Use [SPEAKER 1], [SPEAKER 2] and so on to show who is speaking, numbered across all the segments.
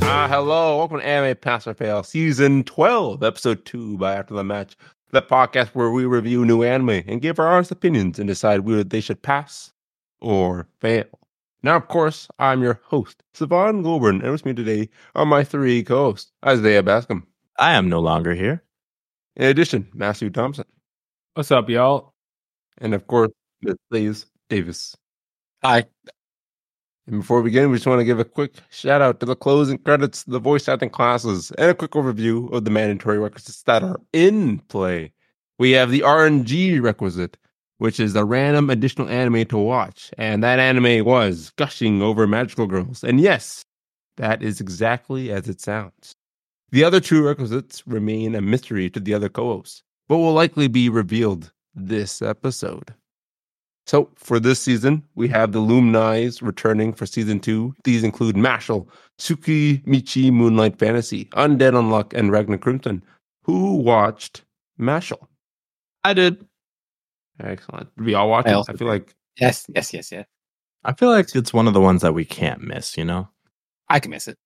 [SPEAKER 1] Ah, hello. Welcome to Anime Pass or Fail, Season 12, Episode 2 by After the Match, the podcast where we review new anime and give our honest opinions and decide whether they should pass or fail. Now, of course, I'm your host, Savon Goldburn, and with me today are my three co hosts, Isaiah Bascom.
[SPEAKER 2] I am no longer here.
[SPEAKER 1] In addition, Matthew Thompson.
[SPEAKER 3] What's up, y'all?
[SPEAKER 1] And of course, Miss Liz Davis.
[SPEAKER 4] Hi.
[SPEAKER 1] And before we begin, we just want to give a quick shout out to the closing credits, the voice acting classes, and a quick overview of the mandatory requisites that are in play. We have the RNG requisite, which is the random additional anime to watch. And that anime was Gushing Over Magical Girls. And yes, that is exactly as it sounds. The other two requisites remain a mystery to the other co hosts, but will likely be revealed this episode. So for this season, we have the Lumni's returning for season two. These include Mashal, Tsuki Michi Moonlight Fantasy, Undead Unluck, and Ragnar Crimson. Who watched Mashal?
[SPEAKER 2] I did.
[SPEAKER 1] Excellent. Did we all watch it?
[SPEAKER 4] also
[SPEAKER 1] I feel like
[SPEAKER 4] Yes, yes, yes, yes.
[SPEAKER 2] I feel like it's one of the ones that we can't miss, you know?
[SPEAKER 4] I can miss it.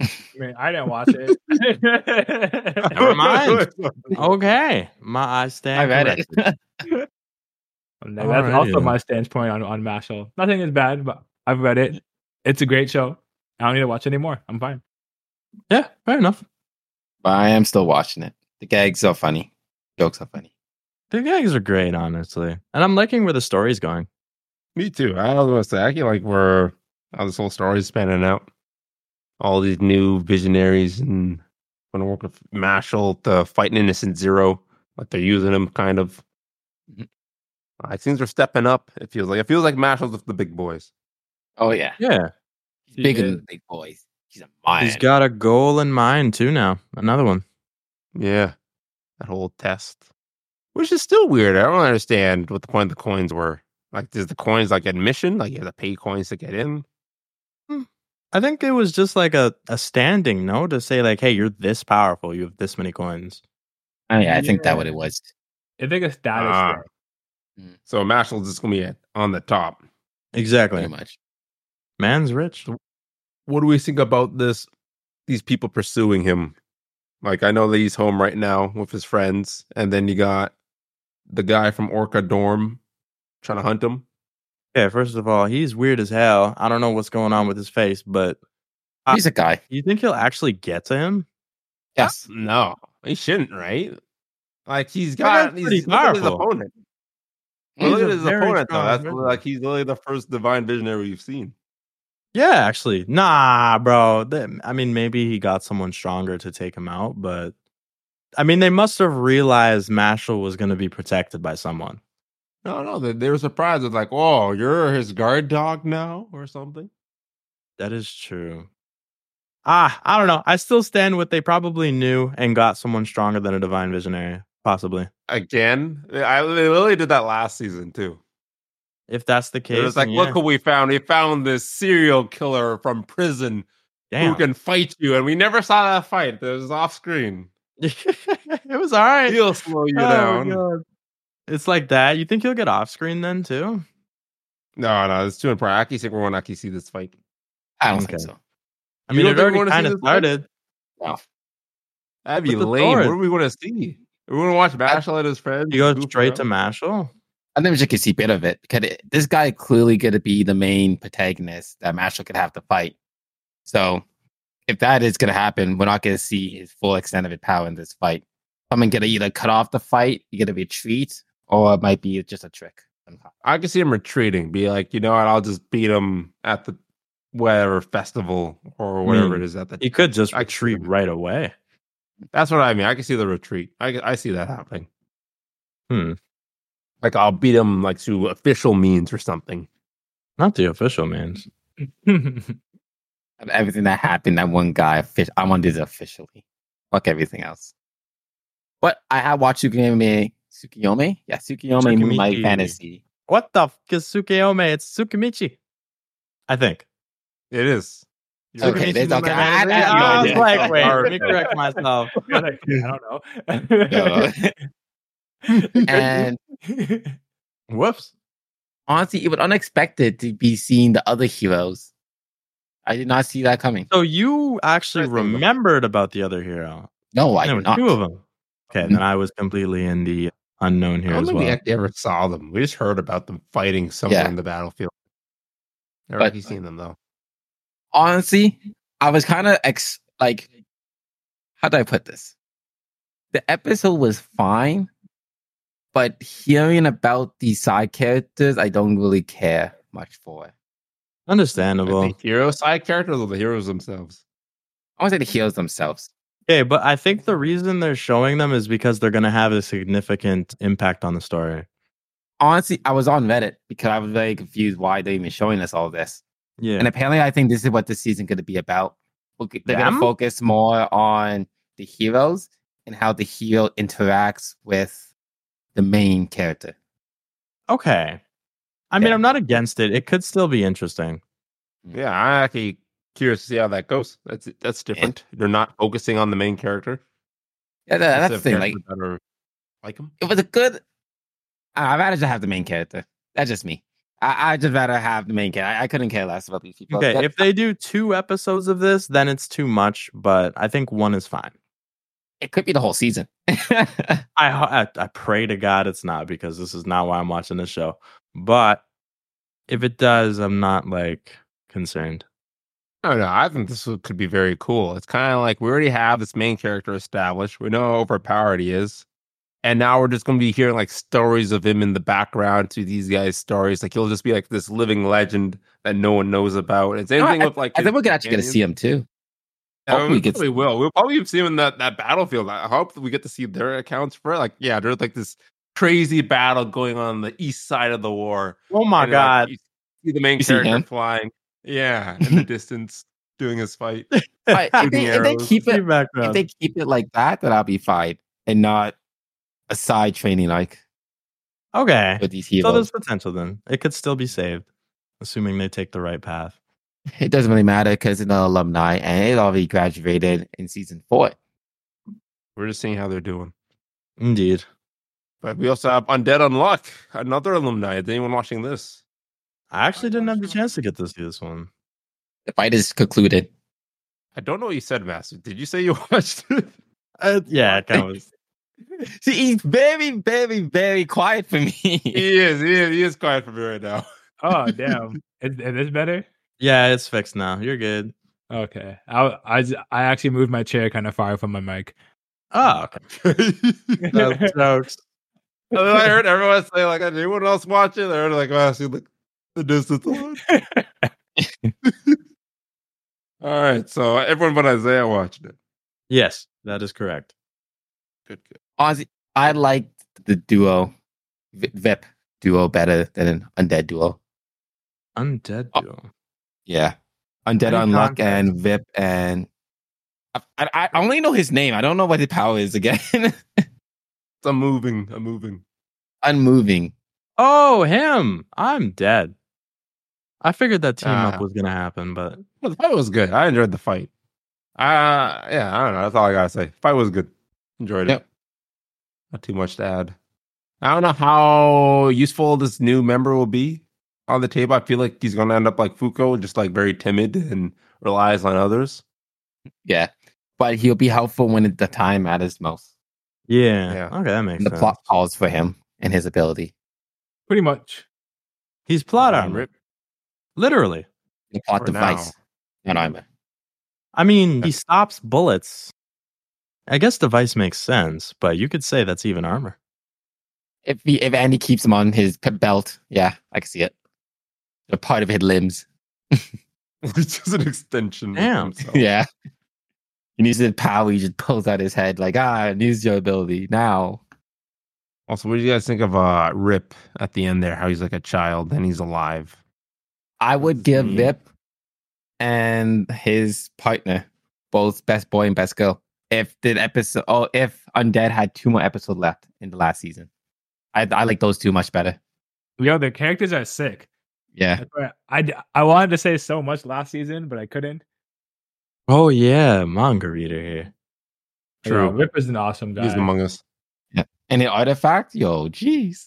[SPEAKER 3] I mean, I didn't watch it.
[SPEAKER 2] Never mind. Okay. My eyes stand.
[SPEAKER 4] I read it.
[SPEAKER 2] corrected.
[SPEAKER 3] No,
[SPEAKER 2] All
[SPEAKER 3] that's
[SPEAKER 2] right,
[SPEAKER 3] also
[SPEAKER 2] yeah.
[SPEAKER 3] my standpoint on on Mashal. Nothing is bad, but I've read it. It's a great show. I don't need to watch any more. I'm fine.
[SPEAKER 2] Yeah, fair enough.
[SPEAKER 4] but I am still watching it. The gags are funny. Jokes are funny.
[SPEAKER 2] The gags are great, honestly. And I'm liking where the story's going.
[SPEAKER 1] me too. I was gonna say I feel like we're how this whole story is panning out. All these new visionaries and want to work with Mashal to fight an innocent zero. Like they're using him kind of.
[SPEAKER 4] Mhm.
[SPEAKER 1] Uh, it seems they're stepping up. It feels like it feels like Mashal's with the big boys.
[SPEAKER 4] Oh yeah,
[SPEAKER 2] Yeah.
[SPEAKER 4] he's
[SPEAKER 3] He
[SPEAKER 4] bigger
[SPEAKER 3] is.
[SPEAKER 4] than the big boys. He's a man.
[SPEAKER 2] He's got a goal in mind, too, now. Another one.
[SPEAKER 1] Yeah. That whole test. Which is still weird. I don't understand what the point of the coins were. Like, is the coins like admission? Like, you have to pay coins to get in?
[SPEAKER 2] I think it was just like a, a standing, no? To say, like, hey, you're this powerful. You have this many coins.
[SPEAKER 4] I, mean, I think
[SPEAKER 3] Yeah.
[SPEAKER 4] that what it was.
[SPEAKER 3] I think it's status.
[SPEAKER 1] Ah.
[SPEAKER 3] thing.
[SPEAKER 1] So, Mashal's just going to be at, on the top.
[SPEAKER 2] Exactly.
[SPEAKER 4] Pretty much.
[SPEAKER 2] Man's rich.
[SPEAKER 1] What do we think about this? These people pursuing him? Like, I know that he's home right now with his friends. And then you got the guy from Orca Dorm trying to hunt him.
[SPEAKER 2] Yeah, first of all, he's weird as hell. I don't know what's going on with his face, but Ah.
[SPEAKER 4] He's a guy.
[SPEAKER 2] you think he'll actually get to him?
[SPEAKER 4] Yes.
[SPEAKER 1] No, he shouldn't, right? Like, he's
[SPEAKER 2] That
[SPEAKER 1] got
[SPEAKER 2] guy's
[SPEAKER 1] he's,
[SPEAKER 2] pretty
[SPEAKER 1] look at his
[SPEAKER 2] powerful.
[SPEAKER 1] opponent. Well,
[SPEAKER 2] He's
[SPEAKER 1] look
[SPEAKER 2] a
[SPEAKER 1] at his
[SPEAKER 2] very
[SPEAKER 1] opponent, though.
[SPEAKER 2] strong
[SPEAKER 1] That's
[SPEAKER 2] wrestler.
[SPEAKER 1] like he's literally the first divine visionary we've seen.
[SPEAKER 2] Yeah, actually. Nah, bro. Th- I mean, maybe he got someone stronger to take him out, but I mean, they must have realized Mashal was going to be protected by someone.
[SPEAKER 1] No, no, they, they were surprised. It's like, oh, you're his guard dog now, or something.
[SPEAKER 2] That is true. Ah, I don't know. I still stand with they probably knew and got someone stronger than a divine visionary, possibly.
[SPEAKER 1] Again, I they literally did that last season too.
[SPEAKER 2] If that's the case,
[SPEAKER 1] It was like,
[SPEAKER 2] then
[SPEAKER 1] look
[SPEAKER 2] yeah.
[SPEAKER 1] what we found. We found this serial killer from prison
[SPEAKER 2] Damn.
[SPEAKER 1] who can fight you, and we never saw that fight. It was off screen.
[SPEAKER 2] it was all right.
[SPEAKER 1] He'll slow you
[SPEAKER 2] Oh,
[SPEAKER 1] down.
[SPEAKER 2] God. It's like that. You think he'll get off screen then too?
[SPEAKER 1] No, no, it's too important. Aki think we're going to see this fight.
[SPEAKER 4] I don't
[SPEAKER 2] Okay.
[SPEAKER 4] think so.
[SPEAKER 2] I
[SPEAKER 1] You
[SPEAKER 2] mean,
[SPEAKER 1] don't think
[SPEAKER 2] it
[SPEAKER 1] we
[SPEAKER 2] already
[SPEAKER 1] wanna see
[SPEAKER 2] kind of
[SPEAKER 1] this fight?
[SPEAKER 2] started.
[SPEAKER 4] No.
[SPEAKER 1] That'd
[SPEAKER 2] But
[SPEAKER 1] be
[SPEAKER 2] the
[SPEAKER 1] lame. What
[SPEAKER 2] Thor-
[SPEAKER 1] do we want to see? We want to watch Bachelor and his friends.
[SPEAKER 2] You go
[SPEAKER 1] goof
[SPEAKER 2] straight to
[SPEAKER 1] around?
[SPEAKER 2] Mashal.
[SPEAKER 4] I think we just could see a bit of it because it, this guy clearly going to be the main protagonist that Mashal could have to fight. So, if that is going to happen, we're not going to see his full extent of his power in this fight. Someone going to either cut off the fight, you're going to be a treat, or it might be just a trick. somehow.
[SPEAKER 1] I could see him retreating, be like, you know what, I'll just beat him at the whatever festival or whatever it
[SPEAKER 2] Hmm.
[SPEAKER 1] is at the.
[SPEAKER 2] He could just
[SPEAKER 1] I could see
[SPEAKER 2] retreat
[SPEAKER 1] that.
[SPEAKER 2] right away.
[SPEAKER 1] That's what I mean. I can see the retreat. I c- I see that happening.
[SPEAKER 2] Hmm.
[SPEAKER 1] Like I'll beat him like through official means or something.
[SPEAKER 2] Not the official means.
[SPEAKER 4] Of everything that happened, that one guy, fish, I want this officially. Fuck everything else. But I have watched Tsukiyome. Tsukiyome? Yeah, Tsukiyome Moonlight
[SPEAKER 2] Tsukimichi.
[SPEAKER 4] Fantasy.
[SPEAKER 2] What the f is Sukeome? It's Tsukimichi. I think.
[SPEAKER 1] It is. You're
[SPEAKER 4] Okay,
[SPEAKER 1] right.
[SPEAKER 4] there's-
[SPEAKER 2] Tsukimichi's in
[SPEAKER 4] okay,
[SPEAKER 2] my
[SPEAKER 4] I- I-
[SPEAKER 2] memory.
[SPEAKER 4] I have no
[SPEAKER 2] I was
[SPEAKER 4] idea.
[SPEAKER 2] like, wait, let me correct myself.
[SPEAKER 3] You're like, I don't
[SPEAKER 4] No.
[SPEAKER 3] know.
[SPEAKER 4] And
[SPEAKER 2] Whoops.
[SPEAKER 4] honestly, it was unexpected to be seeing the other heroes. I did not see that coming.
[SPEAKER 2] So you
[SPEAKER 1] I
[SPEAKER 2] actually
[SPEAKER 1] think so.
[SPEAKER 2] remembered about the other hero.
[SPEAKER 4] No, I
[SPEAKER 2] there
[SPEAKER 4] did
[SPEAKER 2] were
[SPEAKER 4] not.
[SPEAKER 2] two of them. Okay, then I was completely in the unknown
[SPEAKER 1] I
[SPEAKER 2] here
[SPEAKER 1] don't
[SPEAKER 2] as
[SPEAKER 1] think we
[SPEAKER 2] well.
[SPEAKER 1] actually ever saw them. We just heard about them fighting somewhere
[SPEAKER 4] Yeah.
[SPEAKER 1] in the battlefield. Never
[SPEAKER 4] But-
[SPEAKER 1] actually seen them though.
[SPEAKER 4] honestly, I was kind of ex like, how do I put this? The episode was fine, but hearing about these side characters, I don't really care much for.
[SPEAKER 1] I
[SPEAKER 2] Understandable.
[SPEAKER 1] think hero side characters or the heroes themselves.
[SPEAKER 4] I want to say the heroes themselves.
[SPEAKER 2] Okay, but I think the reason they're showing them is because they're going to have a significant impact on the story.
[SPEAKER 4] Honestly, I was on Reddit because I was very confused why they're even showing us all this.
[SPEAKER 2] Yeah.
[SPEAKER 4] And apparently, I think this is what this season going to be about. Okay, They're going to
[SPEAKER 2] Them?
[SPEAKER 4] focus more on the heroes and how the hero interacts with the main character.
[SPEAKER 2] okay. I mean,
[SPEAKER 4] Yeah.
[SPEAKER 2] I'm not against it. It could still be interesting.
[SPEAKER 1] Yeah, I'm actually curious to see how that goes. That's that's different. They're not focusing on the main character.
[SPEAKER 4] Yeah, that, that's the
[SPEAKER 1] Instead of
[SPEAKER 4] thing. Like,
[SPEAKER 1] characters that are like him.
[SPEAKER 4] it was a good. I- I'd rather just have the main character. That's just me. I, I just rather have the main character. I, I couldn't care less about these people.
[SPEAKER 2] Okay,
[SPEAKER 4] That-
[SPEAKER 2] if they do two episodes of this, then it's too much, but I think one is fine.
[SPEAKER 4] it could be the whole season. I
[SPEAKER 2] I, ho- I I pray to God it's not because this is not why I'm watching this show. But if it does, I'm not like concerned.
[SPEAKER 1] I don't know. Oh, I think this would- could be very cool. It's kind of like we already have this main character established. We know how overpowered he is. And now we're just going to be hearing like stories of him in the background to these guys' stories. Like he'll just be like this living legend that no one knows about. And same
[SPEAKER 4] No,
[SPEAKER 1] thing with like. his
[SPEAKER 4] think we're gonna actually gonna
[SPEAKER 1] companions.
[SPEAKER 4] see him too.
[SPEAKER 1] Yeah,
[SPEAKER 4] Hopefully
[SPEAKER 1] we
[SPEAKER 4] we get-
[SPEAKER 1] probably will. We'll probably see him in that, that battlefield. I hope that we get to see their accounts for it. Like, yeah, there's like this crazy battle going on, on the east side of the war.
[SPEAKER 2] Oh my
[SPEAKER 1] And, like,
[SPEAKER 2] God.
[SPEAKER 1] you see the main
[SPEAKER 4] You see
[SPEAKER 1] character
[SPEAKER 4] him?
[SPEAKER 1] flying. Yeah, in the distance, doing his fight.
[SPEAKER 4] I- if, they, if they
[SPEAKER 1] Arrows.
[SPEAKER 4] keep it, if
[SPEAKER 2] background.
[SPEAKER 4] they keep it like that, then I'll be fine and not a side training like
[SPEAKER 2] okay.
[SPEAKER 4] with these
[SPEAKER 2] So
[SPEAKER 4] heroes.
[SPEAKER 2] there's potential then. It could still be saved, assuming they take the right path.
[SPEAKER 4] it doesn't really matter because it's an alumni and it already graduated in season four.
[SPEAKER 1] We're just seeing how they're doing.
[SPEAKER 2] Indeed.
[SPEAKER 1] But we also have Undead Unlock, another alumni. Is anyone watching this?
[SPEAKER 2] I actually didn't have the chance to get to see this one.
[SPEAKER 4] The fight is concluded.
[SPEAKER 1] I don't know what you said, Master. Did you say you watched it?
[SPEAKER 2] Uh, yeah, it kind of was.
[SPEAKER 4] See, he's very, very, very quiet for me.
[SPEAKER 1] he is. He is. He is quiet for me right now.
[SPEAKER 3] Oh damn! is, is this better?
[SPEAKER 2] Yeah, it's fixed now. You're good.
[SPEAKER 3] Okay. I, I j- I actually moved my chair kind of far from my mic.
[SPEAKER 2] Oh, okay.
[SPEAKER 4] Mm.
[SPEAKER 2] That's jokes.
[SPEAKER 1] And then I heard everyone say, like, "Did anyone else watch it? I heard, like, wow, see, look, the distance. All right. So everyone but Isaiah watched it.
[SPEAKER 2] Yes, that is correct.
[SPEAKER 1] Good, good.
[SPEAKER 4] Honestly, I liked the duo, Vi- Vip duo, better than an undead duo.
[SPEAKER 2] Undead
[SPEAKER 4] Oh.
[SPEAKER 2] duo.
[SPEAKER 4] Yeah, undead
[SPEAKER 2] Any
[SPEAKER 4] unluck
[SPEAKER 2] context?
[SPEAKER 4] and Vip and I, I, I only know his name. I don't know what his power is again.
[SPEAKER 1] It's a moving, a moving.
[SPEAKER 4] Unmoving.
[SPEAKER 2] Oh, him. I'm dead. I figured that team
[SPEAKER 1] Ah.
[SPEAKER 2] up was gonna happen, but
[SPEAKER 1] Well, the fight was good. I enjoyed the fight. Uh yeah, I don't know. That's all I gotta say. Fight was good. Enjoyed it.
[SPEAKER 4] Yep.
[SPEAKER 1] Not too much to add. I don't know how useful this new member will be on the table. I feel like he's gonna end up like Fuko, just like very timid and relies on others.
[SPEAKER 4] Yeah, but he'll be helpful when the time matters most.
[SPEAKER 2] yeah.
[SPEAKER 1] Yeah.
[SPEAKER 2] Okay, that makes
[SPEAKER 4] The
[SPEAKER 2] sense.
[SPEAKER 4] plot calls for him and his ability.
[SPEAKER 3] Pretty much.
[SPEAKER 2] He's plot
[SPEAKER 1] Um,
[SPEAKER 2] armor,
[SPEAKER 1] Rip-
[SPEAKER 2] literally.
[SPEAKER 4] The plot
[SPEAKER 1] for
[SPEAKER 4] device. Not armor.
[SPEAKER 2] I mean, he stops bullets. I guess device makes sense, but you could say that's even armor.
[SPEAKER 4] If he, if Andy keeps him on his p- belt, yeah, I can see it. They're part of his limbs.
[SPEAKER 1] it's just an extension. of
[SPEAKER 2] Damn.
[SPEAKER 1] himself.
[SPEAKER 4] Yeah. He needs his power. He just pulls out his head like, ah, I use your ability now.
[SPEAKER 1] Also, what do you guys think of uh Rip at the end there? How he's like a child and he's alive.
[SPEAKER 4] I would give
[SPEAKER 1] Mhm.
[SPEAKER 4] Vip and his partner both best boy and best girl. If the episode, oh, if Undead had two more episodes left in the last season, I I like those two much better.
[SPEAKER 3] Yo, the characters are sick.
[SPEAKER 4] Yeah,
[SPEAKER 3] That's why I, d- I wanted to say so much last season, but I couldn't.
[SPEAKER 2] Oh yeah, manga reader here.
[SPEAKER 3] Yo,
[SPEAKER 1] True.
[SPEAKER 3] Rip is an awesome guy.
[SPEAKER 1] He's among us.
[SPEAKER 4] and the artifact, yo, jeez,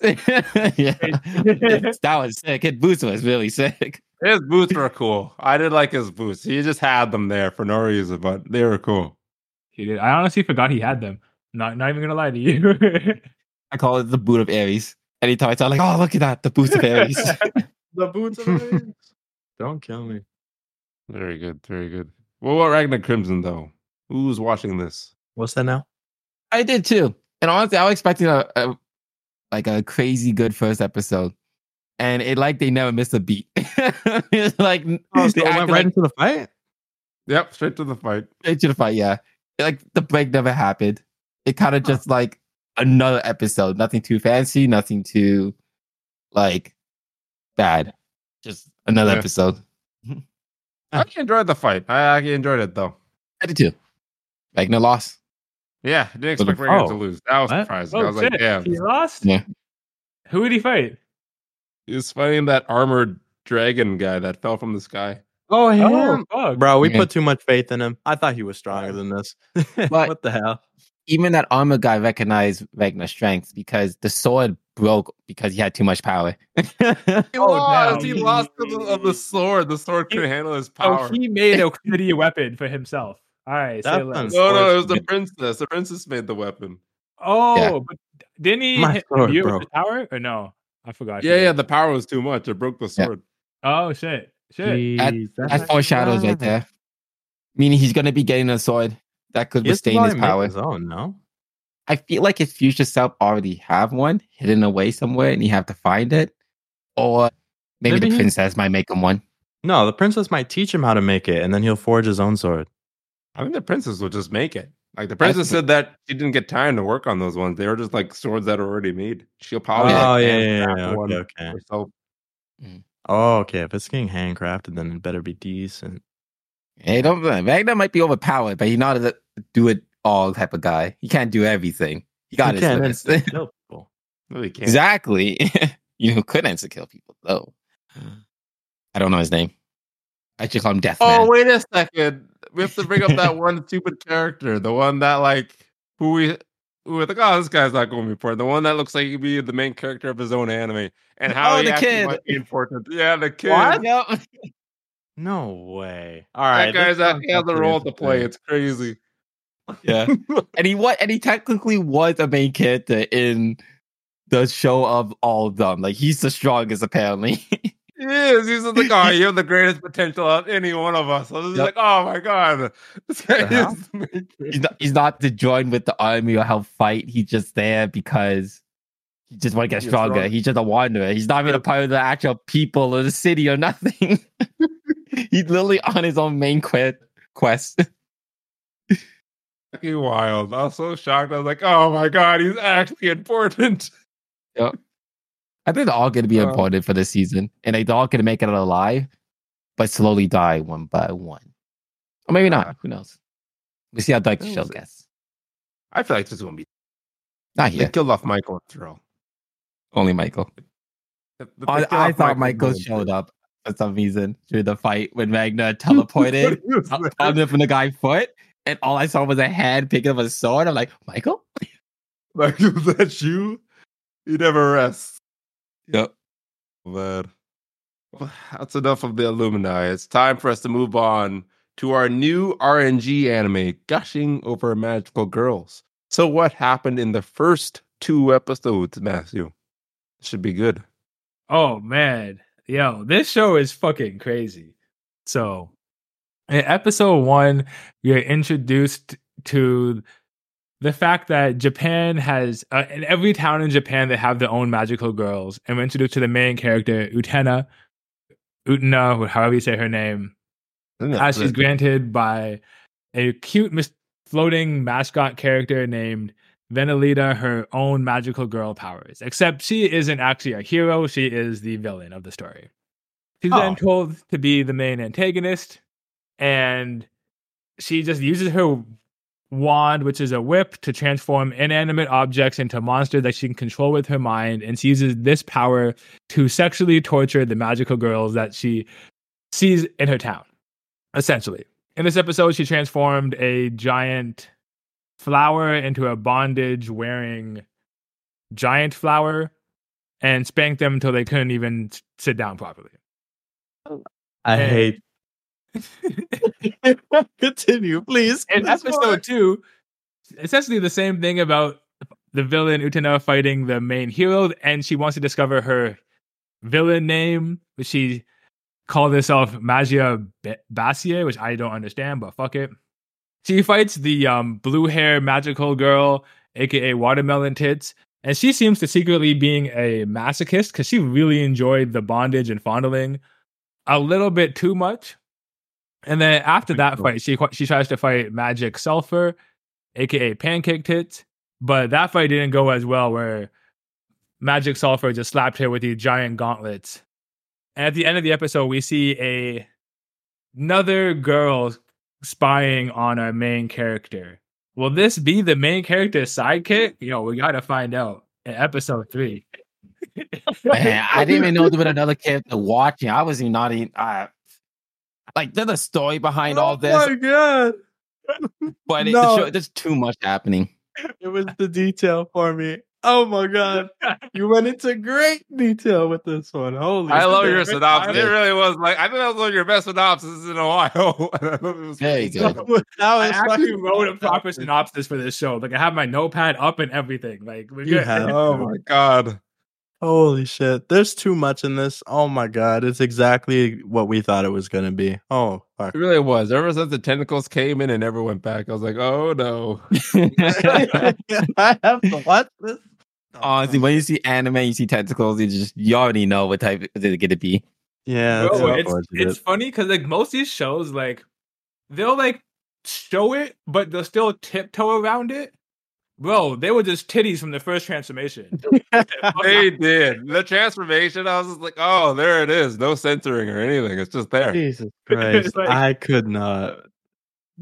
[SPEAKER 4] yeah, that was sick. His boost was really sick.
[SPEAKER 1] His boots were cool. I did like his boots. He just had them there for no reason, but they were cool.
[SPEAKER 3] He did. I honestly forgot he had them. Not not even gonna lie to you.
[SPEAKER 4] I call it the boot of Aries. Anytime I talk, like, oh, look at that, the boot of Aries.
[SPEAKER 2] the boots
[SPEAKER 4] of
[SPEAKER 2] Don't kill me.
[SPEAKER 1] Very good. Very good. Well, what about Ragnar Crimson though? Who's watching this?
[SPEAKER 2] What's that now?
[SPEAKER 4] I did too. And honestly, I was expecting a, a like a crazy good first episode, and it like they never missed a beat. It's like
[SPEAKER 2] Oh,
[SPEAKER 4] they
[SPEAKER 2] so it
[SPEAKER 4] acted
[SPEAKER 2] went right
[SPEAKER 4] like-
[SPEAKER 2] into the fight?
[SPEAKER 1] Yep, straight to the fight.
[SPEAKER 4] straight to the fight. Yeah, like the break never happened. It kind of just like another episode. Nothing too fancy. Nothing too like bad. Just another
[SPEAKER 1] Yeah.
[SPEAKER 4] episode.
[SPEAKER 1] I enjoyed the fight. I, I enjoyed it though.
[SPEAKER 4] I did too. Like no loss.
[SPEAKER 1] Yeah, didn't expect
[SPEAKER 2] Oh.
[SPEAKER 1] Ragnar to lose. That was
[SPEAKER 2] What?
[SPEAKER 1] surprising. I
[SPEAKER 3] oh
[SPEAKER 1] was
[SPEAKER 3] shit!
[SPEAKER 1] like, damn.
[SPEAKER 3] He lost.
[SPEAKER 4] Yeah.
[SPEAKER 3] Who did he fight?
[SPEAKER 1] He was fighting that armored dragon guy that fell from the sky.
[SPEAKER 2] Oh,
[SPEAKER 3] Oh fuck!
[SPEAKER 2] Bro, we
[SPEAKER 4] Yeah.
[SPEAKER 2] put too much faith in him. I thought he was stronger than this. what the hell?
[SPEAKER 4] Even that armor guy recognized Ragnar's strength because the sword broke because he had too much power.
[SPEAKER 1] He
[SPEAKER 3] Oh,
[SPEAKER 1] lost.
[SPEAKER 3] no.
[SPEAKER 1] He lost to the, of the sword. The sword
[SPEAKER 3] He-
[SPEAKER 1] couldn't handle his power.
[SPEAKER 3] Oh, he made a committee weapon for himself. All right, say
[SPEAKER 2] That
[SPEAKER 3] less.
[SPEAKER 2] one's-
[SPEAKER 1] no, no, it was
[SPEAKER 2] Yeah.
[SPEAKER 1] the princess. The princess made the weapon.
[SPEAKER 3] Oh, but didn't he
[SPEAKER 2] My
[SPEAKER 3] hit
[SPEAKER 2] sword,
[SPEAKER 3] you with
[SPEAKER 2] bro.
[SPEAKER 3] the tower or no? I forgot.
[SPEAKER 1] Yeah, yeah. The power was too much. It broke the
[SPEAKER 4] Yeah.
[SPEAKER 1] sword.
[SPEAKER 3] Oh shit! Shit!
[SPEAKER 4] That's foreshadows right there. Meaning he's gonna be getting a sword that could
[SPEAKER 2] He has to
[SPEAKER 4] withstand his
[SPEAKER 2] probably make
[SPEAKER 4] power.
[SPEAKER 2] His own, no?
[SPEAKER 4] I feel like his future self already have one hidden away somewhere, and he have to find it, or maybe,
[SPEAKER 2] Maybe
[SPEAKER 4] the
[SPEAKER 2] he-
[SPEAKER 4] princess might make him one.
[SPEAKER 2] No, the princess might teach him how to make it, and then he'll forge his own sword.
[SPEAKER 1] I think the princess will just make it. Like the princess said that she didn't get time to work on those ones. They were just like swords that are already made. She'll
[SPEAKER 2] Oh,
[SPEAKER 1] probably
[SPEAKER 2] yeah,
[SPEAKER 1] just
[SPEAKER 2] yeah,
[SPEAKER 1] hand
[SPEAKER 2] yeah,
[SPEAKER 1] craft
[SPEAKER 2] yeah,
[SPEAKER 1] one
[SPEAKER 2] Okay, okay.
[SPEAKER 1] herself.
[SPEAKER 2] Oh, okay. If it's getting handcrafted, then it better be decent.
[SPEAKER 4] Hey, don't Ragnar might be overpowered, but he's not a do it all type of guy. He can't do everything. He got his
[SPEAKER 2] You can't
[SPEAKER 4] limits.
[SPEAKER 2] instantly kill people.
[SPEAKER 1] No, he can't.
[SPEAKER 4] exactly. you could answer kill people though. I don't know his name. I should call him Deathman.
[SPEAKER 1] Oh, wait a second. We have to bring up that one stupid character, the one that like who we who we're like, oh, this guy's not going to be important. The one that looks like he'd be the main character of his own anime, and how
[SPEAKER 4] Oh,
[SPEAKER 1] he
[SPEAKER 4] the
[SPEAKER 1] actually
[SPEAKER 4] kid.
[SPEAKER 1] might be important. Yeah, the kid.
[SPEAKER 4] Yep.
[SPEAKER 2] No way. All
[SPEAKER 1] That
[SPEAKER 2] right.
[SPEAKER 1] guy's
[SPEAKER 2] this
[SPEAKER 1] actually has a
[SPEAKER 2] sounds
[SPEAKER 1] role to play.
[SPEAKER 2] interesting.
[SPEAKER 1] It's crazy.
[SPEAKER 4] Yeah. and he was and he technically was a main character in the show of all of them. Like he's the strongest apparently.
[SPEAKER 1] He is. He's just like, oh, you have the greatest potential of any one of us. I was just
[SPEAKER 4] Yep.
[SPEAKER 1] like, oh my god, this guy
[SPEAKER 2] The hell?
[SPEAKER 1] is the main
[SPEAKER 4] he's
[SPEAKER 1] character.
[SPEAKER 4] not he's not to join with the army or help fight. He's just there because he just want to get
[SPEAKER 1] He's
[SPEAKER 4] stronger.
[SPEAKER 1] strong.
[SPEAKER 4] He's just a wanderer. He's not even a part of the actual people or the city or nothing. he's literally on his own main quest quest.
[SPEAKER 1] fucking wild. I was so shocked. I was like, oh my god, he's actually important.
[SPEAKER 4] I think they're all gonna be
[SPEAKER 1] Uh.
[SPEAKER 4] important for this season. And they're all gonna make it out alive, but slowly die one by one. Or maybe not. Who knows? We see how dark the
[SPEAKER 1] That
[SPEAKER 4] show
[SPEAKER 1] was-
[SPEAKER 4] gets.
[SPEAKER 1] I feel like this is gonna be.
[SPEAKER 4] Not
[SPEAKER 1] They
[SPEAKER 4] here.
[SPEAKER 1] killed off Michael after all.
[SPEAKER 4] Only Michael.
[SPEAKER 1] If- if they
[SPEAKER 4] I,
[SPEAKER 1] kill
[SPEAKER 4] I
[SPEAKER 1] off
[SPEAKER 4] thought
[SPEAKER 1] Michael,
[SPEAKER 4] Michael
[SPEAKER 1] then-
[SPEAKER 4] showed up for some reason through the fight when Magna teleported. I'm from the guy foot, and all I saw was a hand picking up a sword. I'm like, Michael?
[SPEAKER 1] Like, is that you? You never rest.
[SPEAKER 4] Yep.
[SPEAKER 1] Man. Well, That's enough of the alumni. It's time for us to move on to our new RNG anime, Gushing Over Magical Girls. So, what happened in the first two episodes, Matthew? Should be good.
[SPEAKER 3] Oh man, yo, this show is fucking crazy. So, in episode one, we are introduced to the fact that Japan has, uh, in every town in Japan, they have their own magical girls, and we're introduced to the main character Utena, Utena, or however you say her name, as Ah, she's granted by a cute, mis- floating mascot character named Venelita her own magical girl powers, except she isn't actually a hero, she is the villain of the story. She's
[SPEAKER 2] Oh.
[SPEAKER 3] then told to be the main antagonist, and she just uses her wand, which is a whip, to transform inanimate objects into monsters that she can control with her mind, and she uses this power to sexually torture the magical girls that she sees in her town, essentially. In this episode, she transformed a giant flower into a bondage wearing giant flower and spanked them until they couldn't even s- sit down properly.
[SPEAKER 2] I
[SPEAKER 3] Hey.
[SPEAKER 2] hate. Continue, please.
[SPEAKER 3] in
[SPEAKER 2] That's
[SPEAKER 3] episode
[SPEAKER 2] fine.
[SPEAKER 3] two, essentially the same thing about the villain Utena fighting the main hero, and she wants to discover her villain name, which she called herself Magia Ba- Bassier, which I don't understand, but fuck it. She fights the um, blue hair magical girl, aka Watermelon Tits, and she seems to secretly being a masochist because she really enjoyed the bondage and fondling a little bit too much. And then after that
[SPEAKER 2] Cool.
[SPEAKER 3] fight, she qu- she tries to fight Magic Sulfur, aka Pancake Tits, but that fight didn't go as well. Where Magic Sulfur just slapped her with these giant gauntlets. And at the end of the episode, we see a another girl spying on our main character. Will this be the main character's sidekick? Yo, we gotta find out in episode three.
[SPEAKER 4] Man, I didn't even know there was another character watching. I wasn't not even. Uh, like there's a story behind all this,
[SPEAKER 2] god!
[SPEAKER 4] but it,
[SPEAKER 2] no.
[SPEAKER 4] the show, there's too much happening.
[SPEAKER 2] It was the detail for me. Oh my god! You went into great detail with this one. Holy!
[SPEAKER 1] I love
[SPEAKER 2] shit.
[SPEAKER 1] your synopsis. It
[SPEAKER 4] Yeah.
[SPEAKER 1] really was like I think that was one of your best synopses in a while. And I thought it was
[SPEAKER 4] There you
[SPEAKER 1] pretty
[SPEAKER 4] go.
[SPEAKER 1] good.
[SPEAKER 2] That was
[SPEAKER 3] I actually
[SPEAKER 2] Oh, fucking
[SPEAKER 3] wrote a proper
[SPEAKER 2] fantastic.
[SPEAKER 3] synopsis for this show. Like I have my notepad up and everything. Like we're
[SPEAKER 2] You
[SPEAKER 3] good.
[SPEAKER 2] have.
[SPEAKER 1] Oh my god!
[SPEAKER 2] Holy shit! There's too much in this. Oh my god! It's exactly what we thought it was gonna be. Oh fuck!
[SPEAKER 1] It really was. Ever since the tentacles came in and never went back, I was like, oh no.
[SPEAKER 2] I have to watch this.
[SPEAKER 4] Honestly, when you see anime, you see tentacles, you just you already know what type it's gonna be.
[SPEAKER 2] Yeah,
[SPEAKER 3] Bro,
[SPEAKER 2] that's how I
[SPEAKER 3] it's
[SPEAKER 2] watched it.
[SPEAKER 3] it's funny because like most of these shows, like they'll like show it, but they'll still tiptoe around it. Bro, they were just titties from the first transformation.
[SPEAKER 1] they did the transformation. I was just like, oh, there it is. No censoring or anything. It's just there.
[SPEAKER 2] Jesus Christ!
[SPEAKER 3] like-
[SPEAKER 2] I could not.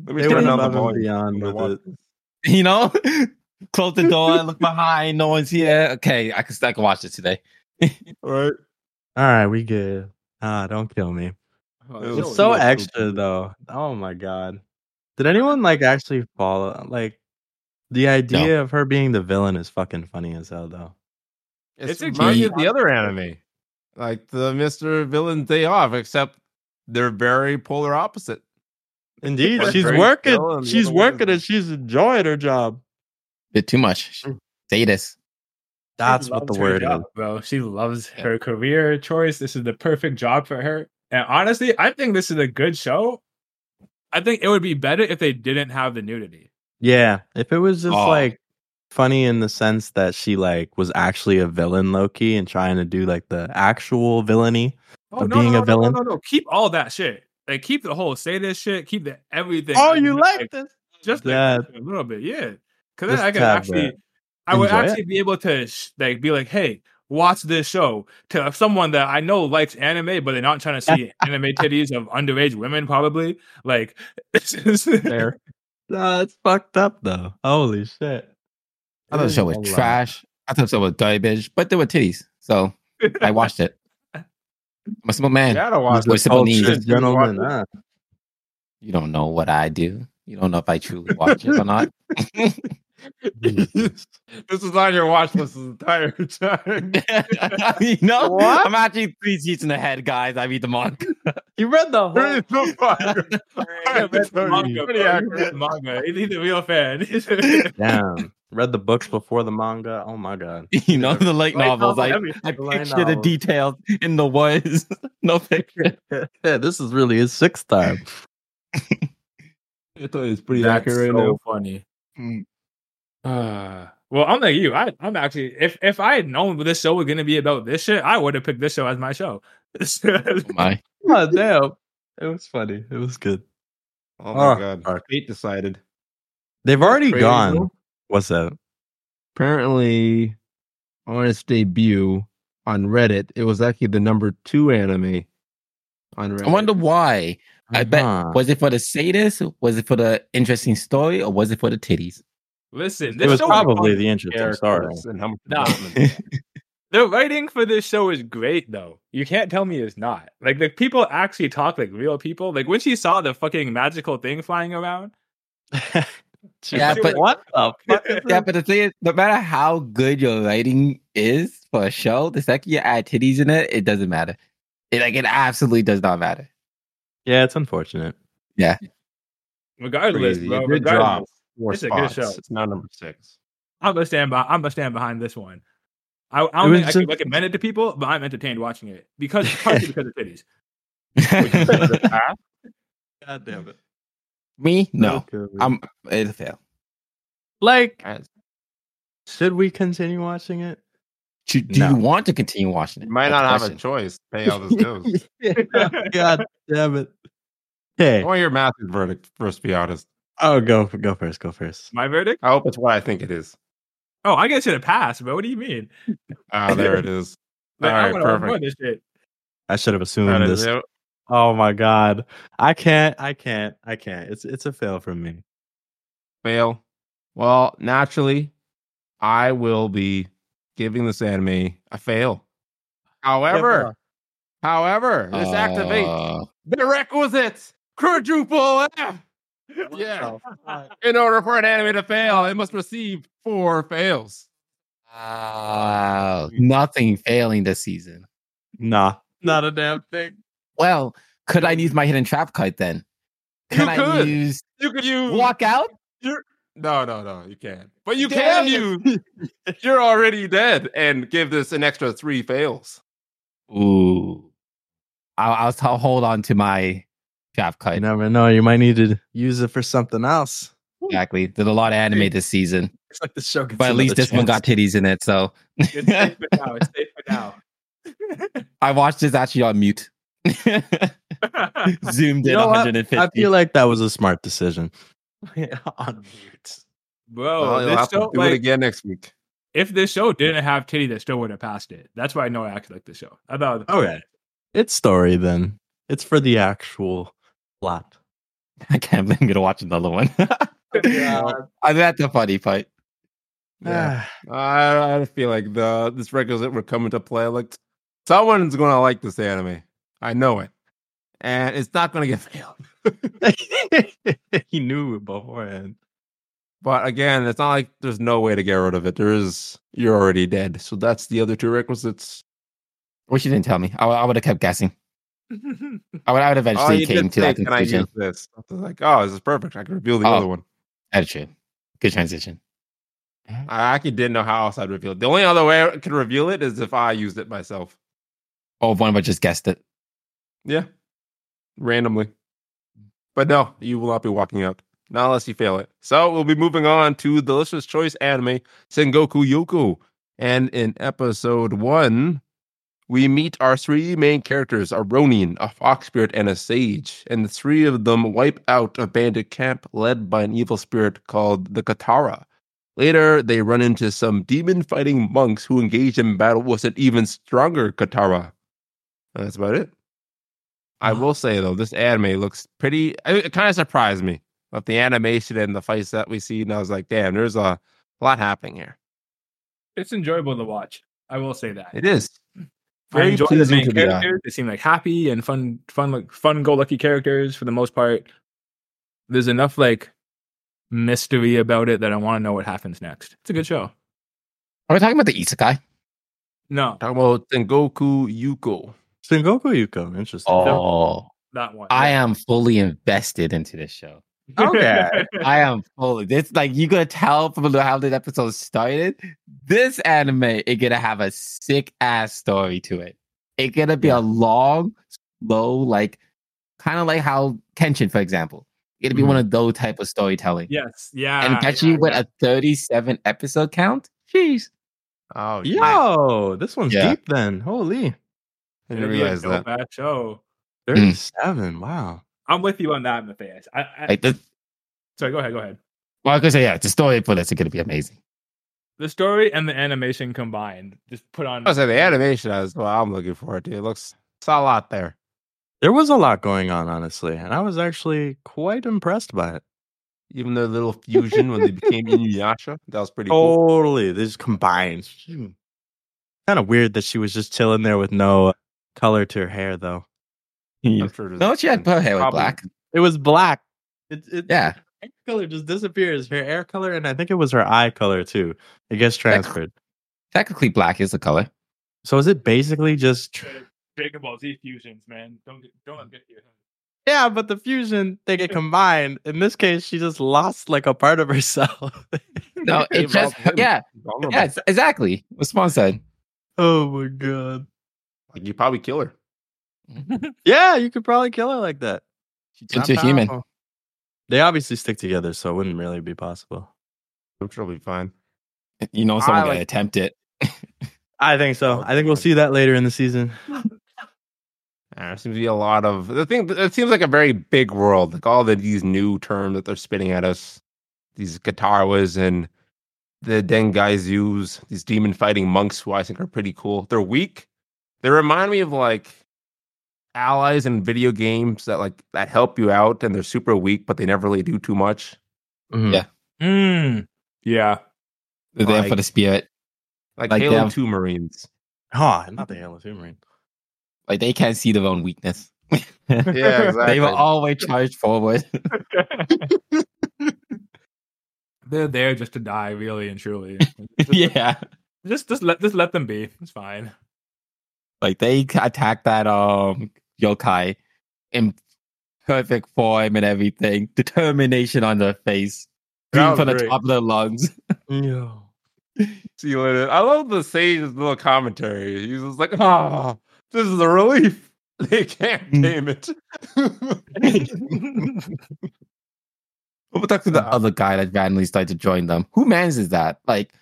[SPEAKER 1] Let me
[SPEAKER 2] They
[SPEAKER 1] turn
[SPEAKER 2] went
[SPEAKER 1] down the
[SPEAKER 2] above and
[SPEAKER 1] volume.
[SPEAKER 2] beyond
[SPEAKER 1] I
[SPEAKER 2] with
[SPEAKER 1] want
[SPEAKER 2] it.
[SPEAKER 1] this.
[SPEAKER 4] You know, close the door, look behind, no one's here. Okay, I can I can watch this today.
[SPEAKER 2] Right. All right, we good. Ah, don't kill me.
[SPEAKER 1] It
[SPEAKER 2] It's
[SPEAKER 1] was
[SPEAKER 2] so
[SPEAKER 1] so
[SPEAKER 2] extra though. Oh my god. Did anyone like actually follow like the idea of her being the villain is fucking funny as hell though.
[SPEAKER 1] It's,
[SPEAKER 3] It's a
[SPEAKER 1] reminds me
[SPEAKER 4] G-
[SPEAKER 1] of the other anime, like the Mister Villain Day Off, except they're very polar opposite.
[SPEAKER 2] Indeed,
[SPEAKER 1] One's
[SPEAKER 2] she's
[SPEAKER 1] very
[SPEAKER 2] working.
[SPEAKER 1] chill and the
[SPEAKER 2] She's
[SPEAKER 1] other one is-
[SPEAKER 2] working and she's enjoying her job.
[SPEAKER 4] Bit too much. Sadist.
[SPEAKER 2] That's
[SPEAKER 3] She
[SPEAKER 2] what the
[SPEAKER 3] loves her
[SPEAKER 2] word
[SPEAKER 3] job,
[SPEAKER 2] is.
[SPEAKER 3] bro. She loves
[SPEAKER 4] Yeah.
[SPEAKER 3] her career choice. This is the perfect job for her. And honestly, I think this is a good show. I think it would be better if they didn't have the nudity.
[SPEAKER 2] Yeah. If it was just
[SPEAKER 4] Oh.
[SPEAKER 2] like funny in the sense that she like was actually a villain Loki and trying to do like the actual villainy.
[SPEAKER 3] Oh
[SPEAKER 2] Of being a villain?
[SPEAKER 3] No, no, no, Keep all that shit. Like keep the whole say this shit. Keep the everything.
[SPEAKER 2] Oh, you like this?
[SPEAKER 3] just like
[SPEAKER 2] That-
[SPEAKER 3] a little bit, yeah. Because then
[SPEAKER 2] Just
[SPEAKER 3] I could
[SPEAKER 2] to have
[SPEAKER 3] actually,
[SPEAKER 2] that.
[SPEAKER 3] I would
[SPEAKER 2] Enjoy it.
[SPEAKER 3] actually be able to sh- like be like, hey, watch this show to uh, someone that I know likes anime, but they're not trying to see anime titties of underage women, probably. Like, this is
[SPEAKER 1] There.
[SPEAKER 2] Nah, it's fucked up though. Holy shit.
[SPEAKER 4] I thought the show was trash. I thought the show was garbage, but there were titties, so I watched it. I'm a simple man.
[SPEAKER 1] gotta watch
[SPEAKER 4] With
[SPEAKER 1] this.
[SPEAKER 4] simple needs.
[SPEAKER 2] Cultured gentleman, huh?
[SPEAKER 4] You don't know what I do. You don't know if I truly watch it or not.
[SPEAKER 2] Hmm.
[SPEAKER 1] this was on your watch list the entire time.
[SPEAKER 4] you know,
[SPEAKER 2] What?
[SPEAKER 4] I'm actually three seats in the head, guys. I beat the monk.
[SPEAKER 2] You read the
[SPEAKER 1] Who is the fucker?
[SPEAKER 3] Yeah, but it's manga,
[SPEAKER 1] Pretty
[SPEAKER 3] bro.
[SPEAKER 1] accurate.
[SPEAKER 3] It's manga. He's he's a real fan.
[SPEAKER 2] Damn. Read the books before the manga. Oh my god.
[SPEAKER 4] You know, the light novels. I, I
[SPEAKER 2] The light
[SPEAKER 4] picture the
[SPEAKER 2] novels.
[SPEAKER 4] details in the words. no picture.
[SPEAKER 2] Yeah, this is really his sixth time.
[SPEAKER 1] I thought it was pretty
[SPEAKER 3] That's
[SPEAKER 1] accurate.
[SPEAKER 3] so funny.
[SPEAKER 4] Mm.
[SPEAKER 3] Uh, well, I'm like you. I, I'm actually, if if I had known this show was going to be about this shit, I would have picked this show as my show.
[SPEAKER 4] Oh my.
[SPEAKER 2] oh damn. It was funny. It was good.
[SPEAKER 1] Oh my
[SPEAKER 2] Oh,
[SPEAKER 1] god!
[SPEAKER 2] fuck.
[SPEAKER 1] Fate decided.
[SPEAKER 2] They've already
[SPEAKER 1] Crazy.
[SPEAKER 2] gone. What's that?
[SPEAKER 1] Apparently, on its debut on Reddit, it was actually the number two anime on Reddit.
[SPEAKER 4] I wonder why. I
[SPEAKER 2] Uh-huh.
[SPEAKER 4] bet. Was it for the sadist? Was it for the interesting story? Or was it for the titties?
[SPEAKER 3] Listen,
[SPEAKER 2] It
[SPEAKER 3] this
[SPEAKER 2] was
[SPEAKER 3] show
[SPEAKER 2] probably the interesting story.
[SPEAKER 1] and how much
[SPEAKER 3] Nah.
[SPEAKER 1] development.
[SPEAKER 3] the writing for this show is great though. You can't tell me it's not. Like the people actually talk like real people. Like when she saw the fucking magical thing flying around,
[SPEAKER 4] Yeah, but-
[SPEAKER 2] what the fuck? is
[SPEAKER 4] Yeah,
[SPEAKER 2] this?
[SPEAKER 4] but the thing is, no matter how good your writing is for a show, the second you add titties in it, it doesn't matter. It, like it absolutely does not matter.
[SPEAKER 2] Yeah, it's unfortunate.
[SPEAKER 3] Regardless,
[SPEAKER 1] Crazy.
[SPEAKER 3] bro.
[SPEAKER 1] It did drop
[SPEAKER 3] Regardless,
[SPEAKER 1] four
[SPEAKER 3] It's a good
[SPEAKER 1] spots.
[SPEAKER 3] show.
[SPEAKER 1] It's now number six.
[SPEAKER 3] I'm gonna stand by. I'm gonna stand behind this one. I, I
[SPEAKER 2] It was
[SPEAKER 3] don't think I can
[SPEAKER 2] just-
[SPEAKER 3] recommend it to people, but I'm entertained watching it because partly because of titties.
[SPEAKER 2] Uh-huh. God damn it.
[SPEAKER 4] Me? No. I'm it'll fail.
[SPEAKER 2] like,
[SPEAKER 1] Guys,
[SPEAKER 2] should we continue watching it?
[SPEAKER 4] Do, do
[SPEAKER 2] No.
[SPEAKER 4] you want to continue watching
[SPEAKER 1] You
[SPEAKER 4] it?
[SPEAKER 1] might not
[SPEAKER 4] That's
[SPEAKER 1] have
[SPEAKER 4] the
[SPEAKER 1] a choice. to Pay all those dues.
[SPEAKER 2] God damn it. Hey,
[SPEAKER 1] I want to hear Matthew's verdict first. Be honest.
[SPEAKER 2] oh, go go first. Go first.
[SPEAKER 3] My verdict?
[SPEAKER 1] I hope it's what I think it is.
[SPEAKER 3] Oh, I guess it a pass, bro. What do you mean?
[SPEAKER 1] Ah, there it is. All
[SPEAKER 3] Like, I
[SPEAKER 1] right,
[SPEAKER 3] want to run
[SPEAKER 1] perfect.
[SPEAKER 3] this shit.
[SPEAKER 2] I should have assumed
[SPEAKER 1] That is
[SPEAKER 2] this.
[SPEAKER 1] it.
[SPEAKER 2] Oh my god, I can't. I can't. I can't. It's it's a fail from me.
[SPEAKER 1] Fail. Well, naturally, I will be giving this anime a fail. However, however, this activates
[SPEAKER 4] Uh,
[SPEAKER 1] the requisite quadruple F. Yeah. In order for an anime to fail, it must receive four fails.
[SPEAKER 4] wow. Uh, Nothing failing this season.
[SPEAKER 2] Nah, not a damn thing.
[SPEAKER 4] Well, could I use my hidden trap card then?
[SPEAKER 1] You
[SPEAKER 4] Can I
[SPEAKER 1] could. Hmm.
[SPEAKER 4] use
[SPEAKER 1] You could use
[SPEAKER 4] walk out?
[SPEAKER 1] No, no, no, you can't. But you
[SPEAKER 4] Damn
[SPEAKER 1] can use. You're already dead, and give this an extra three fails.
[SPEAKER 4] Ooh. I'll, I'll, I'll hold on to my trap
[SPEAKER 2] You
[SPEAKER 4] card.
[SPEAKER 2] never know. You might need to use it for something else.
[SPEAKER 4] Exactly. Did a lot of anime this season,
[SPEAKER 2] It's like the show. Gets
[SPEAKER 4] but at least this one got titties in it. So
[SPEAKER 3] It's safe for now. It's safe for now.
[SPEAKER 4] I watched this actually on mute. Zoomed
[SPEAKER 2] You
[SPEAKER 4] in
[SPEAKER 2] know what?
[SPEAKER 4] 150.
[SPEAKER 2] I feel like that was a smart decision. On mute.
[SPEAKER 3] bro,
[SPEAKER 1] Well, you'll
[SPEAKER 3] Oh, this
[SPEAKER 1] have to
[SPEAKER 3] show,
[SPEAKER 1] do it
[SPEAKER 3] like,
[SPEAKER 1] again next week.
[SPEAKER 3] if this show didn't have titty, they still would have passed it. That's why I know I actually like this show. I thought,
[SPEAKER 2] Okay. It's story then. It's for the actual plot.
[SPEAKER 4] I can't believe I'm gonna watch another one. I Uh, that's a funny fight.
[SPEAKER 2] Ah.
[SPEAKER 1] Yeah. I, I feel like the this requisite would come into play. Like someone's gonna like this anime. I know it, and it's not gonna get failed.
[SPEAKER 2] he knew it beforehand.
[SPEAKER 1] But again, it's not like there's no way to get rid of it. There is. You're already dead. So that's the other two requisites.
[SPEAKER 4] Wish you didn't tell me. I, would have kept guessing. I would, I would
[SPEAKER 1] Oh,
[SPEAKER 4] eventually
[SPEAKER 1] you
[SPEAKER 4] came
[SPEAKER 1] did
[SPEAKER 4] to
[SPEAKER 1] say,
[SPEAKER 4] that
[SPEAKER 1] can I use
[SPEAKER 4] conclusion.
[SPEAKER 1] this? I was like, oh, this is perfect. I can reveal the
[SPEAKER 4] Oh.
[SPEAKER 1] other one.
[SPEAKER 4] That's true. Good transition.
[SPEAKER 1] I actually didn't know how else I'd reveal it. The only other way I could reveal it is if I used it myself.
[SPEAKER 4] Oh, one of us just guessed it.
[SPEAKER 1] Yeah. Randomly. But no, you will not be walking out. Not unless you fail it. So we'll be moving on to the listener's choice anime, Sengoku Yoku. And in episode one, we meet our three main characters, a Ronin, a fox spirit, and a sage. And the three of them wipe out a bandit camp led by an evil spirit called the Katara. Later, they run into some demon fighting monks who engage in battle with an even stronger Katara. And that's about it. I will say though, this anime looks pretty. It, kind of surprised me with the animation and the fights that we see, and I was like, "Damn, there's a lot happening here."
[SPEAKER 3] it's enjoyable to watch. I will say that.
[SPEAKER 1] It is
[SPEAKER 3] I
[SPEAKER 1] very
[SPEAKER 3] enjoy the
[SPEAKER 1] pleasing
[SPEAKER 3] main
[SPEAKER 1] to be on.
[SPEAKER 3] characters. They seem like happy and fun, fun, like fun go lucky characters for the most part. There's enough like mystery about it that I want to know what happens next. It's a good show.
[SPEAKER 4] Are we talking about the isekai?
[SPEAKER 3] No,
[SPEAKER 1] Talking about Sengoku Yuko.
[SPEAKER 2] Sengoku Yuko, interesting.
[SPEAKER 4] Oh,
[SPEAKER 3] that one.
[SPEAKER 4] I am fully invested into this show.
[SPEAKER 2] okay.
[SPEAKER 4] I am fully. This like you gonna tell from how this episode started. This anime is gonna have a sick ass story to it. It's gonna be a long, slow, like kind of like how Kenshin, for example. It'll be one of those type of storytelling.
[SPEAKER 3] Yes. Yeah.
[SPEAKER 4] and especially
[SPEAKER 3] yeah,
[SPEAKER 4] with
[SPEAKER 3] yeah.
[SPEAKER 4] a 37 episode count. Jeez.
[SPEAKER 1] Oh yeah,
[SPEAKER 2] Yo, this one's
[SPEAKER 4] Yeah. Hmm.
[SPEAKER 2] deep then. Holy.
[SPEAKER 1] I
[SPEAKER 3] It'd
[SPEAKER 1] didn't
[SPEAKER 3] be
[SPEAKER 1] realize that.
[SPEAKER 3] dope-ass show.
[SPEAKER 2] 37. Wow.
[SPEAKER 3] I'm with you on that, Matthias. I, I,
[SPEAKER 4] Like the
[SPEAKER 3] sorry, go ahead. Go ahead.
[SPEAKER 4] well, I could say, yeah, the story for this is gonna be amazing.
[SPEAKER 3] The story and the animation combined, just put on.
[SPEAKER 1] I was like, the animation is what I'm looking for. Dude, it looks it's a lot there.
[SPEAKER 2] There was a lot going on, honestly, and I was actually quite impressed by it.
[SPEAKER 1] Even their little fusion when they became Inuyasha, that was pretty cool.
[SPEAKER 2] Totally. They just combined. Kind of weird that she was just chilling there with no color to her hair, though.
[SPEAKER 1] I'm sure there's-
[SPEAKER 4] No, she had her hair was
[SPEAKER 1] Probably-
[SPEAKER 4] black.
[SPEAKER 2] It was black. It, it,
[SPEAKER 4] Yeah.
[SPEAKER 2] Hair color just disappears. Her hair color, and I think it was her eye color, too. It gets transferred.
[SPEAKER 4] Technically black is the color.
[SPEAKER 2] So is it basically just tr-
[SPEAKER 3] Dragon Ball Z fusions, man. Don't get, don't get you.
[SPEAKER 2] Yeah, but the fusion they get combined. In this case, she just lost like a part of herself.
[SPEAKER 4] No, it just yeah,
[SPEAKER 1] Vulnerable.
[SPEAKER 4] yeah, ex- exactly. What Spawn said.
[SPEAKER 2] oh my god.
[SPEAKER 1] Like, you probably kill her.
[SPEAKER 2] Yeah, you could probably kill her like that. She's
[SPEAKER 4] It's
[SPEAKER 2] not
[SPEAKER 4] a human.
[SPEAKER 2] powerful. They obviously stick together, so it wouldn't really be possible.
[SPEAKER 1] I'm sure it'll be fine.
[SPEAKER 4] You know, someone
[SPEAKER 2] I
[SPEAKER 4] gonna
[SPEAKER 2] like-
[SPEAKER 4] attempt it.
[SPEAKER 2] I think so. I think we'll see that later in the season.
[SPEAKER 1] Uh, There seems to be a lot of the thing. It seems like a very big world. Like all the, these new terms that they're spitting at us, these Kataras and the Dengaizus, these demon fighting monks who I think are pretty cool. They're weak. They remind me of like allies in video games that like that help you out, and they're super weak, but they never really do too much.
[SPEAKER 2] Mhm.
[SPEAKER 4] Yeah.
[SPEAKER 3] Mm. Yeah.
[SPEAKER 4] They're there for
[SPEAKER 1] Like-
[SPEAKER 4] the spirit.
[SPEAKER 1] Like,
[SPEAKER 4] Like
[SPEAKER 1] Halo
[SPEAKER 4] them.
[SPEAKER 1] Two Marines.
[SPEAKER 2] Huh, not the Halo Two Marine.
[SPEAKER 4] Like they can't see their own weakness.
[SPEAKER 1] Yeah, exactly.
[SPEAKER 4] They were always charged forward.
[SPEAKER 3] They're there just to die, really and truly.
[SPEAKER 4] yeah.
[SPEAKER 3] Just just let just let them be. It's fine.
[SPEAKER 4] Like they attacked that um yokai in perfect form and everything. Determination on their face. Green
[SPEAKER 1] That
[SPEAKER 4] from
[SPEAKER 1] was
[SPEAKER 4] the
[SPEAKER 1] great.
[SPEAKER 4] top of their lungs.
[SPEAKER 2] No.
[SPEAKER 1] See you later. I love the sage's little commentary. He's just like, ah, this is a relief. They can't
[SPEAKER 4] Mm.
[SPEAKER 1] name it.
[SPEAKER 4] What about the
[SPEAKER 1] Uh,
[SPEAKER 4] other guy that randomly started to join them? Who manages that? Like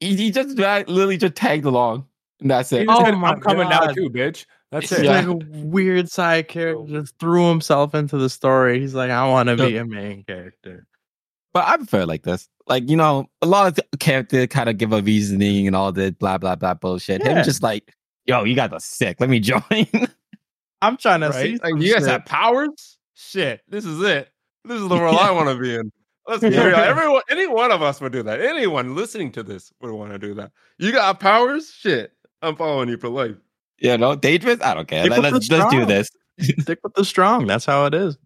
[SPEAKER 4] he, he just ra- literally just tagged along. And that's
[SPEAKER 3] He
[SPEAKER 4] it.
[SPEAKER 3] just
[SPEAKER 2] Oh
[SPEAKER 3] said,
[SPEAKER 2] my
[SPEAKER 3] I'm coming now
[SPEAKER 2] God.
[SPEAKER 3] too, bitch. That's
[SPEAKER 4] Yeah.
[SPEAKER 3] it.
[SPEAKER 2] He's like a weird side character. Just threw himself into the story. He's like, I want to be a main character.
[SPEAKER 4] But I prefer it like this. Like, you know, a lot of the character kind of give a reasoning and all the blah blah blah bullshit.
[SPEAKER 2] Yeah.
[SPEAKER 4] Him just like, yo, you got the sick. Let me join.
[SPEAKER 2] I'm trying to see.
[SPEAKER 1] right? Like,
[SPEAKER 2] some
[SPEAKER 1] you guys
[SPEAKER 2] shit.
[SPEAKER 1] have powers? Shit, this is it. This is the world I want to be in. Let's be real.
[SPEAKER 2] Yeah.
[SPEAKER 1] Everyone, any one of us would do that. Anyone listening to this would want to do that. You got powers? Shit, I'm following you for life.
[SPEAKER 4] you know, dangerous? I don't care.
[SPEAKER 2] People
[SPEAKER 4] Let, us let's do
[SPEAKER 2] strong.
[SPEAKER 4] this.
[SPEAKER 2] stick with the strong. That's how it is.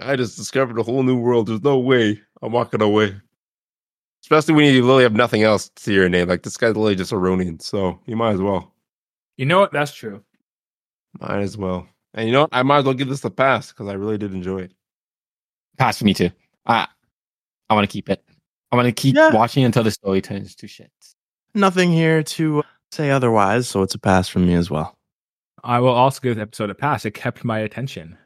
[SPEAKER 1] I just discovered a whole new world. There's no way I'm walking away. Especially when you literally have nothing else to your name. Like this guy's literally just a Ronin, so you might as well.
[SPEAKER 3] You know what? That's true.
[SPEAKER 1] Might as well. And you know what? I might as well give this a pass because I really did enjoy it.
[SPEAKER 4] Pass for me too. I I wanna keep it. I wanna keep
[SPEAKER 2] Yeah.
[SPEAKER 4] watching until the story turns to shit.
[SPEAKER 2] Nothing here to say otherwise, so it's a pass from me as well.
[SPEAKER 3] I will also give the episode a pass. It kept my attention.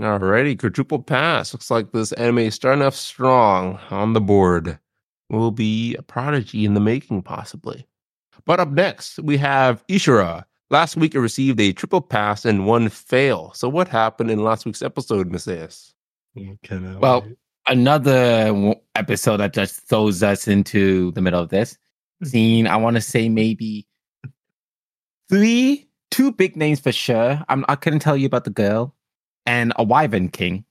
[SPEAKER 1] Alrighty, quadruple pass. Looks like this anime is starting off strong on the board. Will be a prodigy in the making, possibly. But up next, we have Ishura. Last week, it received a triple pass and one fail. So, what happened in last week's episode, Messias?
[SPEAKER 4] Well, Another w- episode that just throws us into the middle of this scene. I wanna say maybe three, two big names for sure. I'm I couldn't tell you about the girl and a Wyvern King.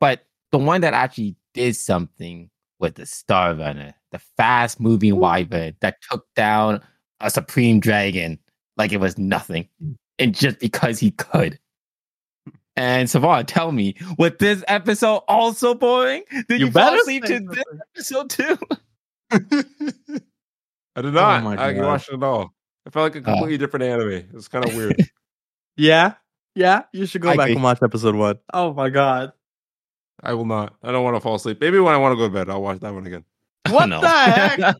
[SPEAKER 4] But the one that actually did something was the Star Runner, the fast moving Wyvern that took down a Supreme Dragon like it was nothing. And just because he could. And Savon, tell me, was this episode also boring? Did you, fall asleep to this episode too?
[SPEAKER 1] I did not.
[SPEAKER 2] my
[SPEAKER 1] I
[SPEAKER 2] God.
[SPEAKER 1] watched it all. I felt like a
[SPEAKER 4] Uh.
[SPEAKER 1] completely different anime. It's kind of weird.
[SPEAKER 2] yeah, yeah. You should go
[SPEAKER 4] I
[SPEAKER 2] back
[SPEAKER 4] agree.
[SPEAKER 2] and watch episode one. Oh my god,
[SPEAKER 1] I will not. I don't want to fall asleep. Maybe when I want to go to bed, I'll watch that one again.
[SPEAKER 2] what
[SPEAKER 4] no.
[SPEAKER 2] the heck?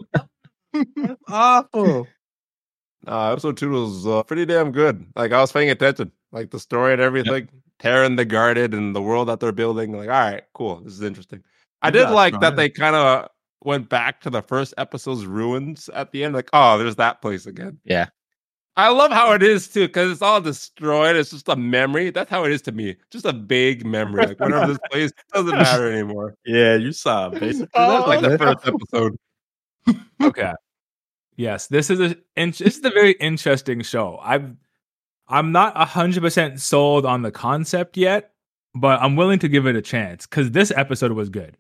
[SPEAKER 2] That's awful.
[SPEAKER 1] Uh, episode two was uh, pretty damn good. Like I was paying attention, like the story and everything, tearing the guarded and the world that they're building. Like, all right, cool, this is interesting. I
[SPEAKER 2] You
[SPEAKER 1] did
[SPEAKER 2] got
[SPEAKER 1] like
[SPEAKER 2] strong.
[SPEAKER 1] that they kind of went back to the first episode's ruins at the end. Like, oh, there's that place again.
[SPEAKER 4] Yeah.
[SPEAKER 1] I love how it is too, because it's all destroyed. It's just a memory. That's how it is to me. Just a vague memory. Like whatever this place doesn't matter anymore.
[SPEAKER 2] Yeah, you saw basically
[SPEAKER 1] That's like the
[SPEAKER 2] that.
[SPEAKER 1] first episode.
[SPEAKER 3] Okay. yes, this is a in- this is a very interesting show. I've I'm not hundred percent sold on the concept yet, but I'm willing to give it a chance because this episode was good.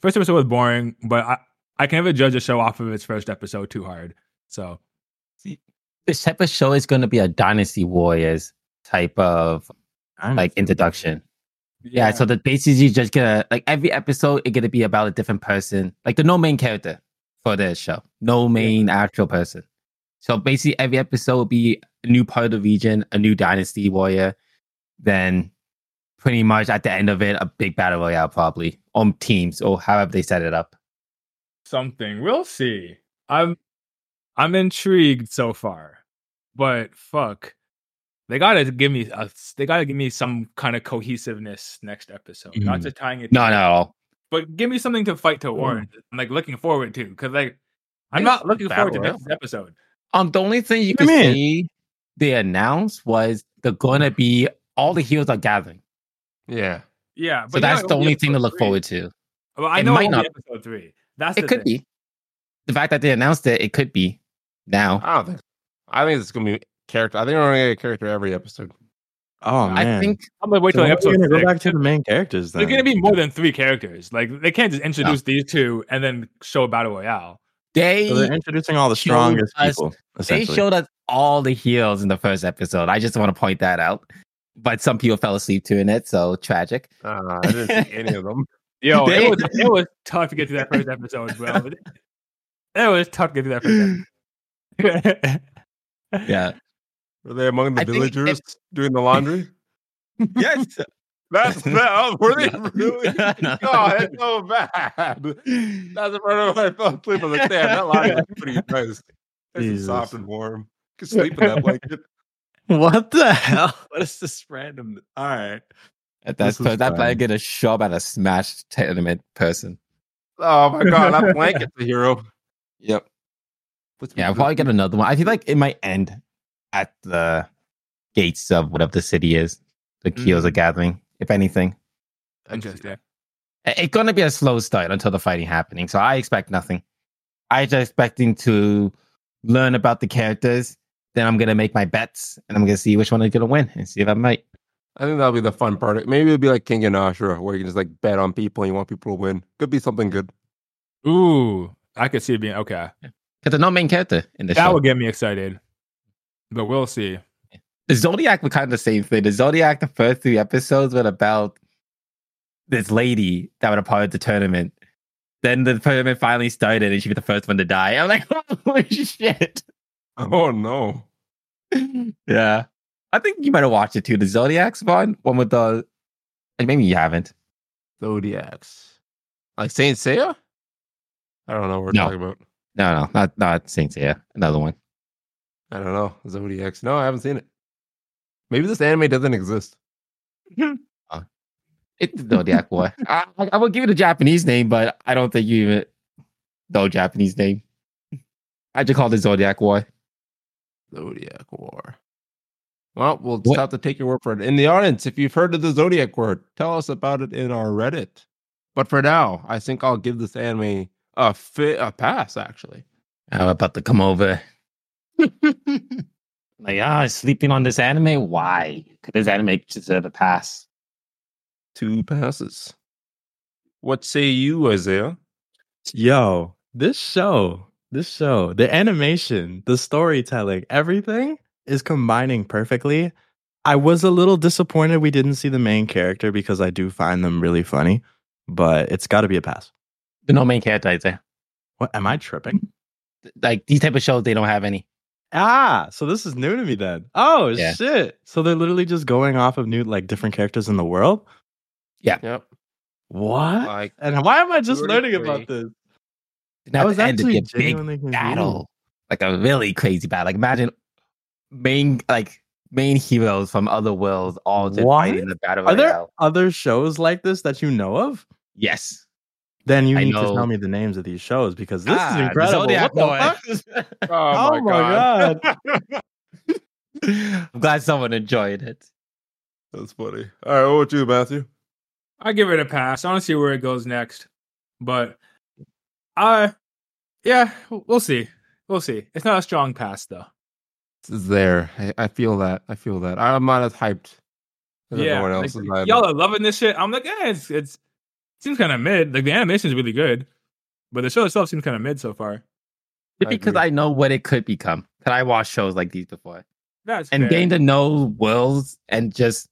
[SPEAKER 3] First episode was boring, but I I can never judge a show off of its first episode too hard. So
[SPEAKER 4] This type of show is going to be a Dynasty Warriors type of like introduction. Yeah. so the basis you just gonna like every episode it gonna be about a different person. Like the no main character for the show. No main actual person. So basically, every episode will be a new part of the region, a new dynasty warrior. Then, pretty much at the end of it, a big battle royale, probably on teams or however they set it up.
[SPEAKER 3] something. We'll see. I'm I'm intrigued so far. But fuck. They gotta give me a, they gotta give me some kind of cohesiveness next episode. Not
[SPEAKER 4] Mhm.
[SPEAKER 3] just tying it
[SPEAKER 4] No,
[SPEAKER 3] to-
[SPEAKER 4] not at all.
[SPEAKER 3] But give me something to fight
[SPEAKER 4] Hmm.
[SPEAKER 3] towards. I'm like looking forward to. Cause like I'm not looking
[SPEAKER 4] Battle
[SPEAKER 3] forward to next episode.
[SPEAKER 4] Um, the only thing you
[SPEAKER 2] What
[SPEAKER 4] could
[SPEAKER 2] do you mean?
[SPEAKER 4] see they announced was they're gonna be all the heroes are gathering.
[SPEAKER 1] Yeah.
[SPEAKER 3] Yeah,
[SPEAKER 4] So
[SPEAKER 3] yeah,
[SPEAKER 4] that's
[SPEAKER 3] it'll
[SPEAKER 4] the
[SPEAKER 3] be
[SPEAKER 4] only thing to
[SPEAKER 3] episode
[SPEAKER 4] look
[SPEAKER 3] three.
[SPEAKER 4] forward to.
[SPEAKER 3] Well, I
[SPEAKER 4] It
[SPEAKER 3] know
[SPEAKER 4] might
[SPEAKER 3] might not
[SPEAKER 4] not.
[SPEAKER 3] be episode three. That's
[SPEAKER 4] It
[SPEAKER 3] the
[SPEAKER 4] could
[SPEAKER 3] thing.
[SPEAKER 4] be. The fact that they announced it, it could be now.
[SPEAKER 1] I don't think. I think it's gonna be character. I think we're gonna get a character every episode.
[SPEAKER 2] Oh man.
[SPEAKER 4] I think
[SPEAKER 3] I'm gonna wait
[SPEAKER 2] so
[SPEAKER 3] till
[SPEAKER 2] when are we
[SPEAKER 3] episode
[SPEAKER 2] gonna go
[SPEAKER 3] six.
[SPEAKER 2] back to the main characters then.
[SPEAKER 3] There's gonna be more than three characters. Like they can't just introduce these two and then show a battle royale.
[SPEAKER 4] they
[SPEAKER 2] So they're introducing all the
[SPEAKER 4] showed
[SPEAKER 2] strongest
[SPEAKER 4] us-
[SPEAKER 2] people.
[SPEAKER 4] they
[SPEAKER 2] Essentially.
[SPEAKER 4] showed us all the heroes in the first episode. I just want to point that out. But some people fell asleep doing it, so tragic.
[SPEAKER 1] Uh, I didn't see any of them.
[SPEAKER 3] Yo,
[SPEAKER 4] They-
[SPEAKER 3] it was it was tough to get through that first episode, bro. It was tough to get through that first episode.
[SPEAKER 4] Yeah.
[SPEAKER 1] Were they among the
[SPEAKER 4] I think it-
[SPEAKER 1] villagers doing the laundry? yes. That's that. Were they really?
[SPEAKER 4] No.
[SPEAKER 1] God, that's so bad. That's the part of when I fell asleep. I was like, damn, that line is pretty nice. It's
[SPEAKER 2] Jesus.
[SPEAKER 1] soft and warm. You can sleep in that blanket.
[SPEAKER 2] What the hell? What is this random? All right.
[SPEAKER 4] That,
[SPEAKER 2] This
[SPEAKER 4] that's
[SPEAKER 2] was
[SPEAKER 4] per- that player
[SPEAKER 2] fun.
[SPEAKER 4] get a shove at a smash tournament person.
[SPEAKER 1] Oh my god, that blanket's a hero. Yep. What's
[SPEAKER 4] Yeah, I'll probably get another one. I feel like it might end at the gates of whatever the city is. The
[SPEAKER 3] Mm.
[SPEAKER 4] heroes are gathering, if anything.
[SPEAKER 3] Interesting.
[SPEAKER 4] I- It's gonna be a slow start until the fighting happening. So I expect nothing. I just expecting to learn about the characters. Then I'm gonna make my bets and I'm gonna see which one I'm gonna win and see if I might.
[SPEAKER 1] I think that'll be the fun part. Maybe it'll be like King and Ashura, where you can just like bet on people and you want people to win. Could be something good.
[SPEAKER 3] Ooh, I could see it being okay.
[SPEAKER 4] Because they're not main character in the
[SPEAKER 3] That
[SPEAKER 4] show.
[SPEAKER 3] would get me excited. But we'll see.
[SPEAKER 4] the Zodiac was kind of the same thing. The Zodiac, the first three episodes were about this lady that was a part of the tournament. Then the tournament finally started and she was the first one to die. I'm like, holy shit.
[SPEAKER 1] Oh no.
[SPEAKER 4] yeah. I think you might have watched it too. The Zodiac's one, one with the. like, Maybe you haven't.
[SPEAKER 1] Zodiacs. Like Saint Seiya? I don't know what we're
[SPEAKER 4] No.
[SPEAKER 1] talking about.
[SPEAKER 4] No, no, not not Saint Seiya. Another one.
[SPEAKER 1] I don't know. Zodiacs. No, I haven't seen it. Maybe this anime doesn't exist.
[SPEAKER 4] It's the Zodiac War. I, I I will give it a Japanese name, but I don't think you even know Japanese name. I just call it Zodiac War.
[SPEAKER 1] Zodiac War. Well, we'll
[SPEAKER 4] What-
[SPEAKER 1] just have to take your word for it. In the audience, if you've heard of the Zodiac War, tell us about it in our Reddit. But for now, I think I'll give this anime a fit a pass, actually.
[SPEAKER 4] I'm about to come over. like, ah, sleeping on this anime? Why? Could this anime deserve a pass?
[SPEAKER 1] Two passes. What say you, Isaiah?
[SPEAKER 2] Yo, this show, this show, the animation, the storytelling, everything is combining perfectly. I was a little disappointed we didn't see the main character because I do find them really funny, but it's got to be a pass.
[SPEAKER 4] The no main character, I'd say.
[SPEAKER 2] What am I tripping?
[SPEAKER 4] eh? Like these type of shows, they don't have any.
[SPEAKER 2] Ah, so this is new to me then. Oh
[SPEAKER 4] Yeah.
[SPEAKER 2] shit. So they're literally just going off of new like different characters in the world?
[SPEAKER 1] Yep.
[SPEAKER 2] What?
[SPEAKER 1] Like
[SPEAKER 2] and why am I just
[SPEAKER 1] two or
[SPEAKER 2] learning
[SPEAKER 1] three.
[SPEAKER 2] about this?
[SPEAKER 4] Now
[SPEAKER 2] I was
[SPEAKER 4] the end of
[SPEAKER 2] actually
[SPEAKER 4] your big
[SPEAKER 2] genuinely confused.
[SPEAKER 4] battle, like a really crazy battle. Like imagine main like main heroes from other worlds all just
[SPEAKER 2] What?
[SPEAKER 4] fighting in the battle
[SPEAKER 2] Are
[SPEAKER 4] royale.
[SPEAKER 2] there other shows like this that you know of?
[SPEAKER 4] Yes,
[SPEAKER 2] Then you
[SPEAKER 4] I
[SPEAKER 2] need to
[SPEAKER 4] know.
[SPEAKER 2] tell me the names of these shows because this
[SPEAKER 4] Ah,
[SPEAKER 2] is
[SPEAKER 4] the
[SPEAKER 2] incredible.
[SPEAKER 4] Zodiac
[SPEAKER 2] What the fuck?
[SPEAKER 4] War.
[SPEAKER 1] oh,
[SPEAKER 2] Oh my god.
[SPEAKER 4] I'm glad someone enjoyed it.
[SPEAKER 1] That's funny. All right, what about you, Matthew?
[SPEAKER 3] I give it a pass. I want to see where it goes next. But uh yeah, we'll see. We'll see. It's not a strong pass though.
[SPEAKER 1] It's there. I, I feel that. I feel that. I'm not as hyped as everyone
[SPEAKER 3] like,
[SPEAKER 1] else is. hyped.
[SPEAKER 3] y'all are loving this shit. I'm like, eh, it's it's seems kind of mid. Like the animation is really good, but the show itself seems kind of mid so far.
[SPEAKER 1] I
[SPEAKER 4] because
[SPEAKER 1] agree.
[SPEAKER 4] I know what it could become. Because I watched shows like these before
[SPEAKER 3] That's
[SPEAKER 4] and
[SPEAKER 3] fair.
[SPEAKER 4] getting to know worlds and just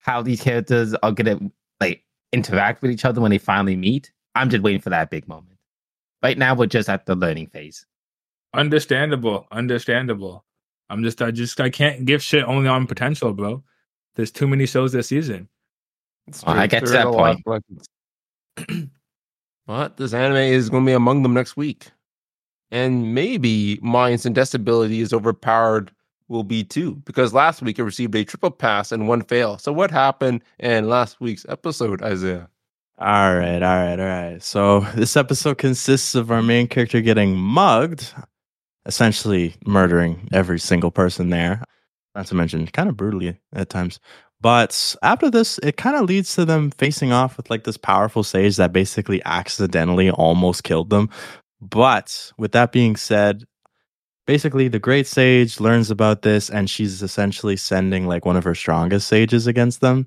[SPEAKER 4] how these characters are gonna like interact with each other when they finally meet. I'm just waiting for that big moment. Right now, we're just at the learning phase.
[SPEAKER 3] Understandable, understandable. I'm just, I just, I can't give shit only on potential, bro. There's too many shows this season.
[SPEAKER 1] It's
[SPEAKER 4] Well,
[SPEAKER 1] true.
[SPEAKER 4] I get to
[SPEAKER 1] There
[SPEAKER 4] that
[SPEAKER 1] are a lot of collections. but this anime is going to be among them next week. And maybe my incontestability is overpowered will be too, because last week it received a triple pass and one fail. So what happened in last week's episode, Isaiah?
[SPEAKER 2] All right, all right, all right. So this episode consists of our main character getting mugged, essentially murdering every single person there, not to mention kind of brutally at times. But after this, it kind of leads to them facing off with like this powerful sage that basically accidentally almost killed them. But with that being said, basically the great sage learns about this and she's essentially sending like one of her strongest sages against them,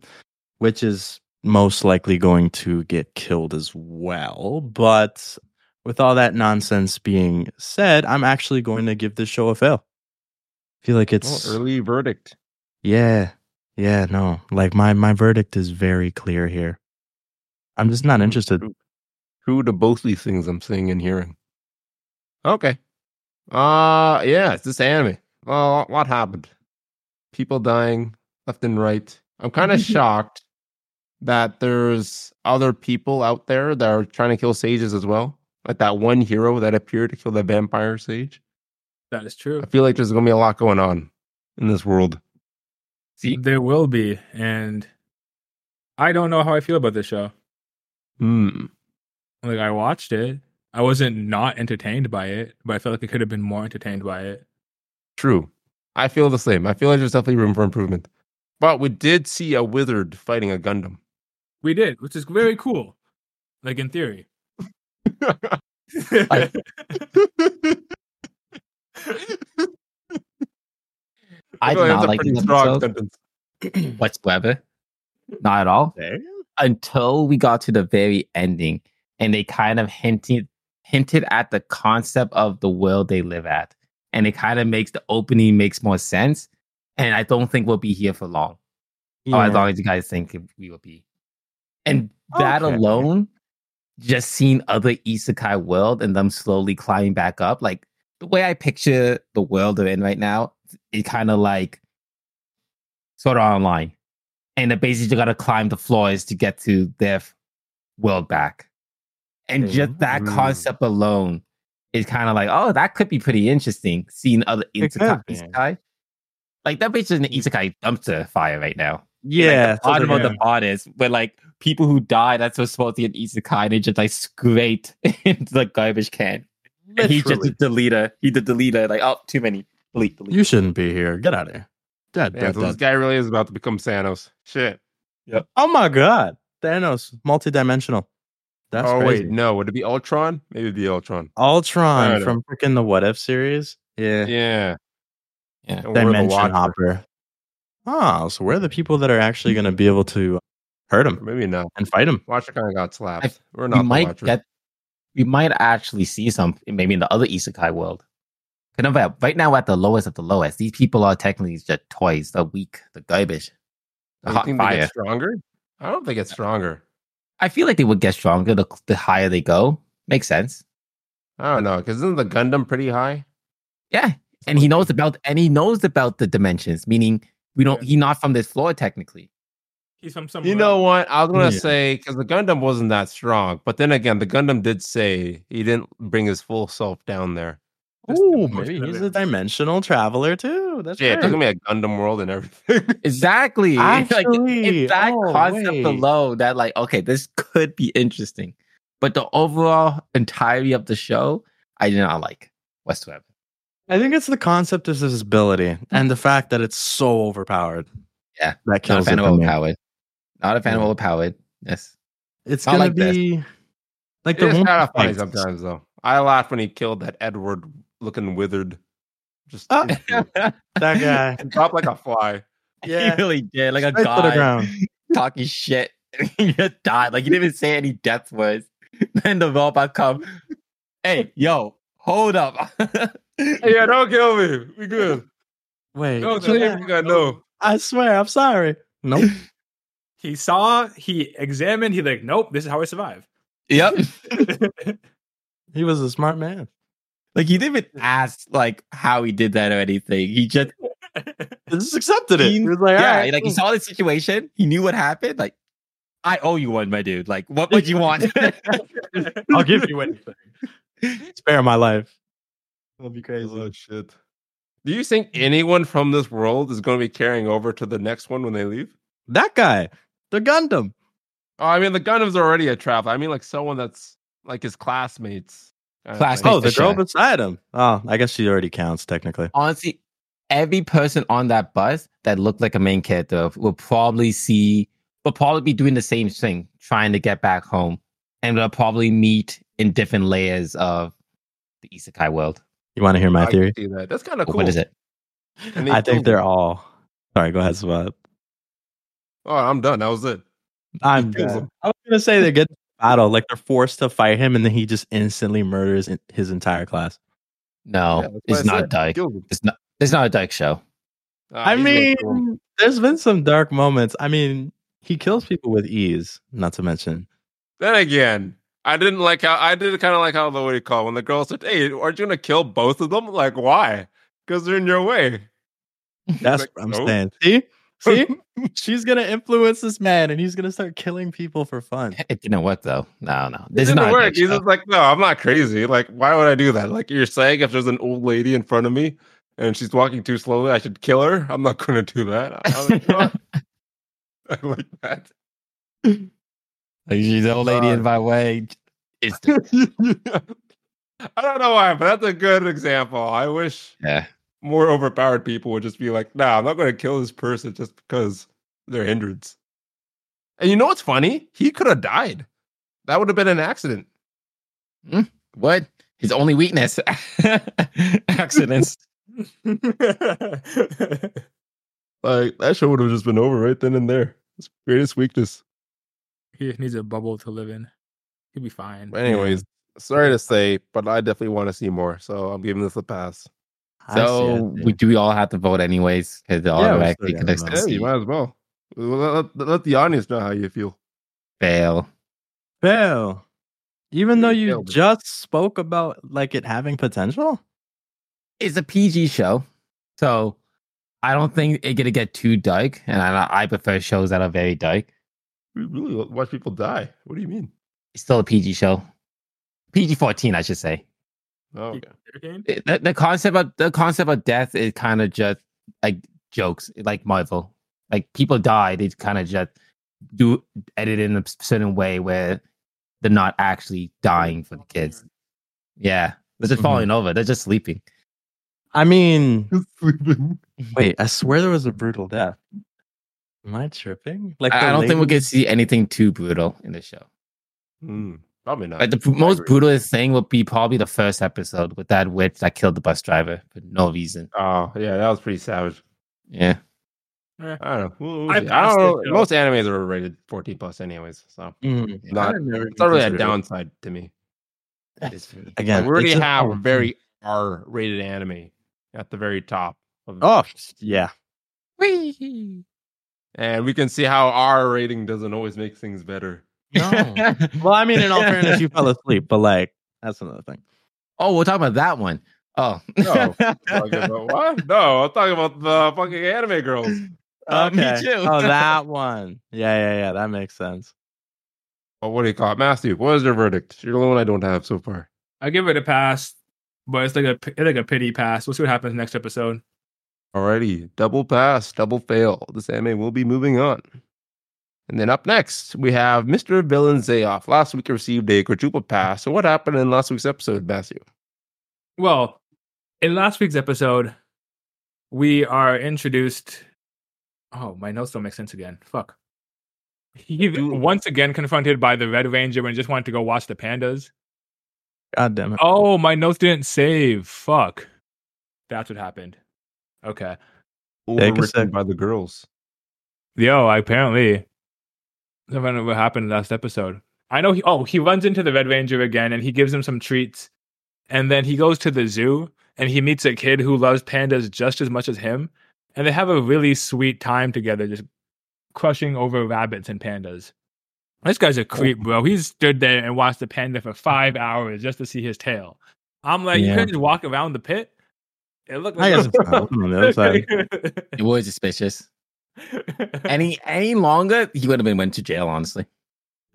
[SPEAKER 2] which is most likely going to get killed as well. But with all that nonsense being said, I'm actually going to give this show a fail. I feel like
[SPEAKER 1] Well,
[SPEAKER 2] it's
[SPEAKER 1] early verdict.
[SPEAKER 2] yeah. Yeah, no. Like my my verdict is very clear here. I'm just not interested.
[SPEAKER 1] True to both these things I'm seeing and hearing. Okay. Uh yeah, it's this anime. Well, what happened? People dying left and right. I'm kind of shocked that there's other people out there that are trying to kill sages as well. Like that one hero that appeared to kill the vampire sage.
[SPEAKER 3] That is true.
[SPEAKER 1] I feel like there's gonna be a lot going on in this world.
[SPEAKER 4] See,
[SPEAKER 3] There will be, and I don't know how I feel about this show.
[SPEAKER 1] Hmm.
[SPEAKER 3] Like I watched it, I wasn't not entertained by it, but I felt like I could have been more entertained by it.
[SPEAKER 1] True. I feel the same. I feel like there's definitely room for improvement. But we did see a wizard fighting a Gundam.
[SPEAKER 3] We did, which is very cool. Like in theory.
[SPEAKER 4] I- I did
[SPEAKER 1] feel
[SPEAKER 4] not
[SPEAKER 1] that's a
[SPEAKER 4] like
[SPEAKER 1] pretty
[SPEAKER 4] these
[SPEAKER 1] strong
[SPEAKER 4] episodes
[SPEAKER 1] sentence.
[SPEAKER 4] whatsoever. Not at all.
[SPEAKER 2] There?
[SPEAKER 4] Until we got to the very ending, and they kind of hinted hinted at the concept of the world they live at, and it kind of makes the opening makes more sense. And I don't think we'll be here for long, or as long as Oh, you guys think we will be. And that
[SPEAKER 1] Okay.
[SPEAKER 4] alone, just seeing other isekai world and them slowly climbing back up, like the way I picture the world they're in right now, it kind of like sort of online. And they basically gotta climb the floors to get to their f- world back. And just that
[SPEAKER 1] Mm.
[SPEAKER 4] concept alone is kind of like, oh, that could be pretty interesting. Seeing other
[SPEAKER 2] It could
[SPEAKER 4] isekai,
[SPEAKER 2] be.
[SPEAKER 4] isekai. like that bitch is an isekai dumpster fire right now
[SPEAKER 2] Yeah. so
[SPEAKER 4] bottom
[SPEAKER 2] they're
[SPEAKER 4] of the pot is where like people who die that's what's supposed to be an isekai they just like scrape into the garbage can and he's just
[SPEAKER 1] Literally.
[SPEAKER 4] a deleter he the deleter like oh too many delete delete
[SPEAKER 2] You shouldn't be here. Get out of here. Dead,
[SPEAKER 1] Yeah,
[SPEAKER 2] dead,
[SPEAKER 1] so this
[SPEAKER 2] dead.
[SPEAKER 1] guy really is about to become Thanos. Shit.
[SPEAKER 2] Oh my god. Thanos, multidimensional. That's
[SPEAKER 1] oh
[SPEAKER 2] crazy.
[SPEAKER 1] wait, no. Would it be Ultron? Maybe it'd be Ultron. I
[SPEAKER 2] Ultron
[SPEAKER 1] don't
[SPEAKER 2] from freaking the What If series. Yeah.
[SPEAKER 1] Yeah.
[SPEAKER 4] Yeah.
[SPEAKER 1] And we're the
[SPEAKER 2] Dimension
[SPEAKER 1] Watcher.
[SPEAKER 2] Hopper. Oh, so we're the people that are actually going to be able to hurt him
[SPEAKER 1] Maybe not.
[SPEAKER 2] and fight him.
[SPEAKER 1] Watcher kind of got slapped.
[SPEAKER 4] I-
[SPEAKER 1] we're
[SPEAKER 4] we
[SPEAKER 1] not the
[SPEAKER 4] might
[SPEAKER 1] Watcher.
[SPEAKER 4] get we might actually see some maybe in the other isekai world 'Cause I'm like, right now we're at the lowest of the lowest these people are technically just toys the weak the garbage the
[SPEAKER 1] Do you
[SPEAKER 4] hot
[SPEAKER 1] think they
[SPEAKER 4] fire
[SPEAKER 1] get stronger? I don't think it's stronger.
[SPEAKER 4] i feel like they would get stronger the, the higher they go makes sense
[SPEAKER 1] I don't know. Because isn't the Gundam pretty high?
[SPEAKER 4] Yeah, and he knows about and he knows about the dimensions, meaning we don't. He not from this floor technically.
[SPEAKER 3] He's from somewhere.
[SPEAKER 1] You know what? I was gonna
[SPEAKER 2] Yeah.
[SPEAKER 1] say because the Gundam wasn't that strong, but then again, the Gundam did say he didn't bring his full self down there. Just the
[SPEAKER 2] Oh,
[SPEAKER 1] most
[SPEAKER 2] maybe
[SPEAKER 1] of
[SPEAKER 2] he's
[SPEAKER 1] it.
[SPEAKER 2] a dimensional traveler too. That's
[SPEAKER 1] Yeah, it
[SPEAKER 2] right.
[SPEAKER 1] took me a Gundam world and everything.
[SPEAKER 4] Exactly.
[SPEAKER 2] Actually,
[SPEAKER 4] it's that
[SPEAKER 2] oh,
[SPEAKER 4] concept
[SPEAKER 2] wait.
[SPEAKER 4] alone that like, okay, this could be interesting, but the overall entirety of the show, I did not like whatsoever.
[SPEAKER 2] I think it's the concept of this ability and the fact that it's so overpowered.
[SPEAKER 4] Yeah,
[SPEAKER 2] that
[SPEAKER 4] Not a
[SPEAKER 2] kills it.
[SPEAKER 4] fan of
[SPEAKER 2] for me.
[SPEAKER 4] overpowered. Not a fan of
[SPEAKER 2] Yeah.
[SPEAKER 4] overpowered. Yes.
[SPEAKER 2] It's
[SPEAKER 4] Not
[SPEAKER 2] gonna
[SPEAKER 4] like this.
[SPEAKER 2] be like
[SPEAKER 1] It's
[SPEAKER 2] the one
[SPEAKER 1] kind of funny
[SPEAKER 2] fight.
[SPEAKER 1] sometimes though. I laughed when he killed that Edward looking withered. Just
[SPEAKER 2] Oh.
[SPEAKER 1] dropped
[SPEAKER 2] that guy.
[SPEAKER 1] like a fly.
[SPEAKER 2] Yeah,
[SPEAKER 4] He really did. Like a
[SPEAKER 2] Straight to the
[SPEAKER 4] guy
[SPEAKER 2] ground.
[SPEAKER 4] talking shit. he just died. Like he didn't even say any death words. Then the robot come. Hey, yo, hold up.
[SPEAKER 1] Yeah, don't kill me. We good.
[SPEAKER 2] Wait,
[SPEAKER 3] No,
[SPEAKER 2] yeah,
[SPEAKER 3] the-
[SPEAKER 1] I know.
[SPEAKER 2] I swear, I'm sorry. Nope.
[SPEAKER 3] He saw, he examined, he like, nope, this is how I survive.
[SPEAKER 4] Yep.
[SPEAKER 2] he was a smart man.
[SPEAKER 5] Like he didn't even ask like how he did that or anything. He just
[SPEAKER 2] just accepted it.
[SPEAKER 5] He-
[SPEAKER 2] He was like,
[SPEAKER 5] yeah,
[SPEAKER 2] all right.
[SPEAKER 5] like he saw the situation. He knew what happened. Like I owe you one, my dude. Like what would you want?
[SPEAKER 2] I'll give you anything. Spare my life. That'll be crazy.
[SPEAKER 1] Oh shit. Do you think anyone from this world is going to be carrying over to the next one when they leave?
[SPEAKER 2] That guy, the Gundam.
[SPEAKER 1] Oh, I mean, the Gundam's already a traveler. I mean, like someone that's like his classmates. Uh, kind of thing.
[SPEAKER 4] Classmates.
[SPEAKER 2] Oh, the
[SPEAKER 4] for
[SPEAKER 2] girl
[SPEAKER 4] sure.
[SPEAKER 2] beside him. Oh, I guess she already counts technically.
[SPEAKER 4] honestly, every person on that bus that looked like a main character will probably see, will probably be doing the same thing, trying to get back home, and they'll probably meet in different layers of the isekai world.
[SPEAKER 2] You want to hear my
[SPEAKER 1] I
[SPEAKER 2] theory?
[SPEAKER 1] can see that. That's kind
[SPEAKER 5] Oh,
[SPEAKER 1] of cool.
[SPEAKER 4] What is it?
[SPEAKER 1] And they
[SPEAKER 2] I think
[SPEAKER 1] don't-
[SPEAKER 2] they're all. Sorry, go ahead, Swab.
[SPEAKER 1] Oh, I'm done. That was it.
[SPEAKER 2] I'm.
[SPEAKER 1] kills him.
[SPEAKER 2] I was gonna say they get battle, like they're forced to fight him, and then he just instantly murders in- his entire class.
[SPEAKER 1] Yeah,
[SPEAKER 4] No,
[SPEAKER 1] that's what I
[SPEAKER 4] Oh, it's not
[SPEAKER 1] said.
[SPEAKER 4] Dyke.
[SPEAKER 1] Killed him.
[SPEAKER 4] It's not a Dyke show.
[SPEAKER 1] Ah,
[SPEAKER 2] I
[SPEAKER 1] he's gonna
[SPEAKER 2] mean,
[SPEAKER 1] kill him.
[SPEAKER 2] there's been some dark moments. I mean, he kills people with ease. Not to mention,
[SPEAKER 1] then again, I didn't like how I did kind of like how the what do you call it, when the girl said, "Hey, aren't you gonna kill both of them?" Like, why? Because they're in your way.
[SPEAKER 2] that's
[SPEAKER 1] Like,
[SPEAKER 2] what I'm
[SPEAKER 1] no.
[SPEAKER 2] saying. See, see, she's gonna influence this man, and he's gonna start killing people for fun.
[SPEAKER 4] It didn't work though. No, no,
[SPEAKER 1] It
[SPEAKER 4] this is
[SPEAKER 1] didn't
[SPEAKER 4] not a
[SPEAKER 1] work.
[SPEAKER 4] Dyke
[SPEAKER 1] He's
[SPEAKER 4] show.
[SPEAKER 1] just like, no, I'm not crazy. Like, why would I do that? Like, you're saying if there's an old lady in front of me and she's walking too slowly, I should kill her. I'm not going to do that. I, I'm like, "No." I like that.
[SPEAKER 4] Like, she's the old lady in my way. It's
[SPEAKER 1] I don't know why, but that's a good example. I wish
[SPEAKER 4] yeah.
[SPEAKER 1] more overpowered people would just be like, nah, I'm not going to kill this person just because they're a hindrance. And you know what's funny? He could have died. That would have been an accident.
[SPEAKER 4] What? His only weakness. Accidents.
[SPEAKER 1] Like, that show would have just been over right then and there. His greatest weakness.
[SPEAKER 3] He just needs a bubble to live in. He'll be fine.
[SPEAKER 1] But anyways, uh, sorry to say, but I definitely want to see more. So I'm giving this a pass.
[SPEAKER 2] I see, I
[SPEAKER 4] So
[SPEAKER 2] see.
[SPEAKER 4] we, do we all have to vote anyways? Because the
[SPEAKER 2] Yeah, we
[SPEAKER 4] automatically
[SPEAKER 2] still gotta
[SPEAKER 4] connects
[SPEAKER 2] vote.
[SPEAKER 4] to
[SPEAKER 1] Yeah, you
[SPEAKER 4] the
[SPEAKER 1] might as well. Let, let- let the audience know how you feel.
[SPEAKER 4] fail.
[SPEAKER 2] Bill, even though
[SPEAKER 1] You
[SPEAKER 2] you
[SPEAKER 1] failed it.
[SPEAKER 2] just spoke about like it having potential,
[SPEAKER 4] It's a PG show, so I don't think it's gonna get too dark. And I, I prefer shows that are very dark.
[SPEAKER 1] We really watch people die. What do you mean?
[SPEAKER 4] It's still a PG show, PG fourteen, I should say.
[SPEAKER 1] Oh,
[SPEAKER 3] okay. Hurricane?
[SPEAKER 4] It- The, the concept of the concept of death is kind of just like jokes, like Marvel. Like people die, they kind of just do edit in a certain way where they're not actually dying for the kids. Yeah, they're just
[SPEAKER 2] Mhm.
[SPEAKER 1] Mm-hmm.
[SPEAKER 4] falling over. They're just sleeping.
[SPEAKER 2] I mean,
[SPEAKER 1] Mm. sleeping.
[SPEAKER 2] wait, I swear there was a brutal death. Am I tripping? Like
[SPEAKER 4] I,
[SPEAKER 2] the
[SPEAKER 4] I don't think we
[SPEAKER 2] lady-
[SPEAKER 4] could see anything too brutal in the show.
[SPEAKER 1] Mm, probably not.
[SPEAKER 4] Like the pr-
[SPEAKER 1] I
[SPEAKER 4] most
[SPEAKER 1] agree.
[SPEAKER 4] brutalist thing would be probably the first episode with that witch that killed the bus driver for no reason.
[SPEAKER 1] Oh yeah, that was pretty savage.
[SPEAKER 4] Yeah,
[SPEAKER 1] I don't know. We'll- we'll
[SPEAKER 3] I
[SPEAKER 1] see. I,
[SPEAKER 3] passed
[SPEAKER 1] don't
[SPEAKER 3] it,
[SPEAKER 1] know.
[SPEAKER 3] though.
[SPEAKER 1] Most animes are rated 14 plus, anyways. So
[SPEAKER 2] Mm, I
[SPEAKER 1] Not-
[SPEAKER 2] would never even
[SPEAKER 1] it's not really a
[SPEAKER 2] consider it.
[SPEAKER 1] downside to me.
[SPEAKER 4] It's-
[SPEAKER 2] Again,
[SPEAKER 1] we already
[SPEAKER 2] it's Oh, a-
[SPEAKER 1] have very R rated anime at the very top, of,
[SPEAKER 2] Oh yeah,
[SPEAKER 1] and we can see how R rating doesn't always make things better.
[SPEAKER 2] No. Well, I mean, in all fairness, you fell asleep, but like that's another thing.
[SPEAKER 4] oh, we're talking about that one. Oh,
[SPEAKER 1] No, Talking about what? No, I'm talking about the fucking anime girls.
[SPEAKER 4] Uh, me too.
[SPEAKER 2] oh, that one. Yeah, yeah, yeah. That makes sense.
[SPEAKER 1] Well, what do you call it, Matthew? What is your verdict? You're the only one I don't have so far.
[SPEAKER 3] I give it a pass, but it's like a it's like a pity pass. We'll see what happens next episode.
[SPEAKER 1] Alrighty, double pass, double fail. This anime will be moving on. And then up next, we have Mr. Villain Zayoff. Last week received a quadruple pass. So what happened in last week's episode, Matthew?
[SPEAKER 3] Well, in last week's episode, we are introduced. Oh, my notes don't make sense again. Fuck. He's once again confronted by the Red Ranger and just wanted to go watch the pandas.
[SPEAKER 2] God damn it.
[SPEAKER 3] Oh, my notes didn't save. Fuck. That's what happened. Okay.
[SPEAKER 2] Take a sec.
[SPEAKER 1] Overwritten by the girls.
[SPEAKER 3] Yo, apparently. I don't know what happened last episode. I know he oh, he runs into the Red Ranger again and he gives him some treats. And then he goes to the zoo and he meets a kid who loves pandas just as much as him. And they have a really sweet time together, just crushing over rabbits and pandas. This guy's a creep, bro. He stood there and watched the panda for five hours just to see his tail. I'm like, you
[SPEAKER 2] Yeah.
[SPEAKER 3] couldn't just walk around the pit. It looked
[SPEAKER 2] I
[SPEAKER 3] like
[SPEAKER 2] got some problems on the other side.
[SPEAKER 4] It was suspicious. Any any longer, he would have been went to jail. Honestly,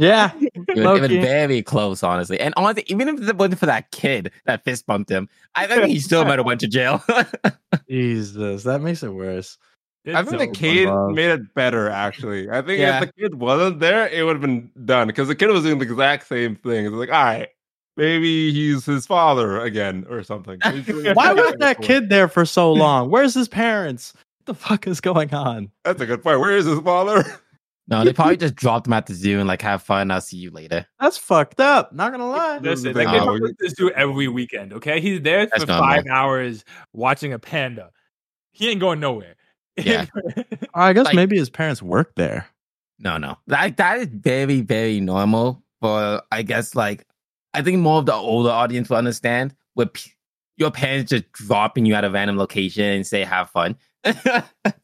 [SPEAKER 2] Yeah.
[SPEAKER 4] it would have been
[SPEAKER 2] Low-key.
[SPEAKER 4] very close. Honestly, and honestly, even if it wasn't for that kid that fist bumped him, I think he still might have went to jail.
[SPEAKER 2] Jesus, that makes it worse.
[SPEAKER 1] I think the
[SPEAKER 3] It's so-
[SPEAKER 1] kid
[SPEAKER 2] love.
[SPEAKER 1] made it better, actually. I think
[SPEAKER 4] Yeah.
[SPEAKER 1] if the kid wasn't there, it would have been done because the kid was doing the exact same thing. It's like, all right, maybe he's his father again or something.
[SPEAKER 2] Why was that kid there for so long? Where's his parents? What the fuck is going on?
[SPEAKER 1] That's a good point. Where is his father?
[SPEAKER 4] no, they probably just dropped him at the zoo and like have fun. I'll see you later.
[SPEAKER 2] That's fucked up. Not gonna lie.
[SPEAKER 3] Listen,
[SPEAKER 1] Nah,
[SPEAKER 3] that kid
[SPEAKER 4] we-
[SPEAKER 3] comes to this dude every weekend. Okay, he's there
[SPEAKER 4] That's
[SPEAKER 3] for
[SPEAKER 4] normal.
[SPEAKER 3] five hours watching a panda. He ain't going nowhere.
[SPEAKER 4] Yeah.
[SPEAKER 2] I guess
[SPEAKER 4] Like-
[SPEAKER 2] maybe his parents work there.
[SPEAKER 4] No, no, like that is very very normal. For I guess like I think more of the older audience will understand with p- your parents just dropping you at a random location and say have fun.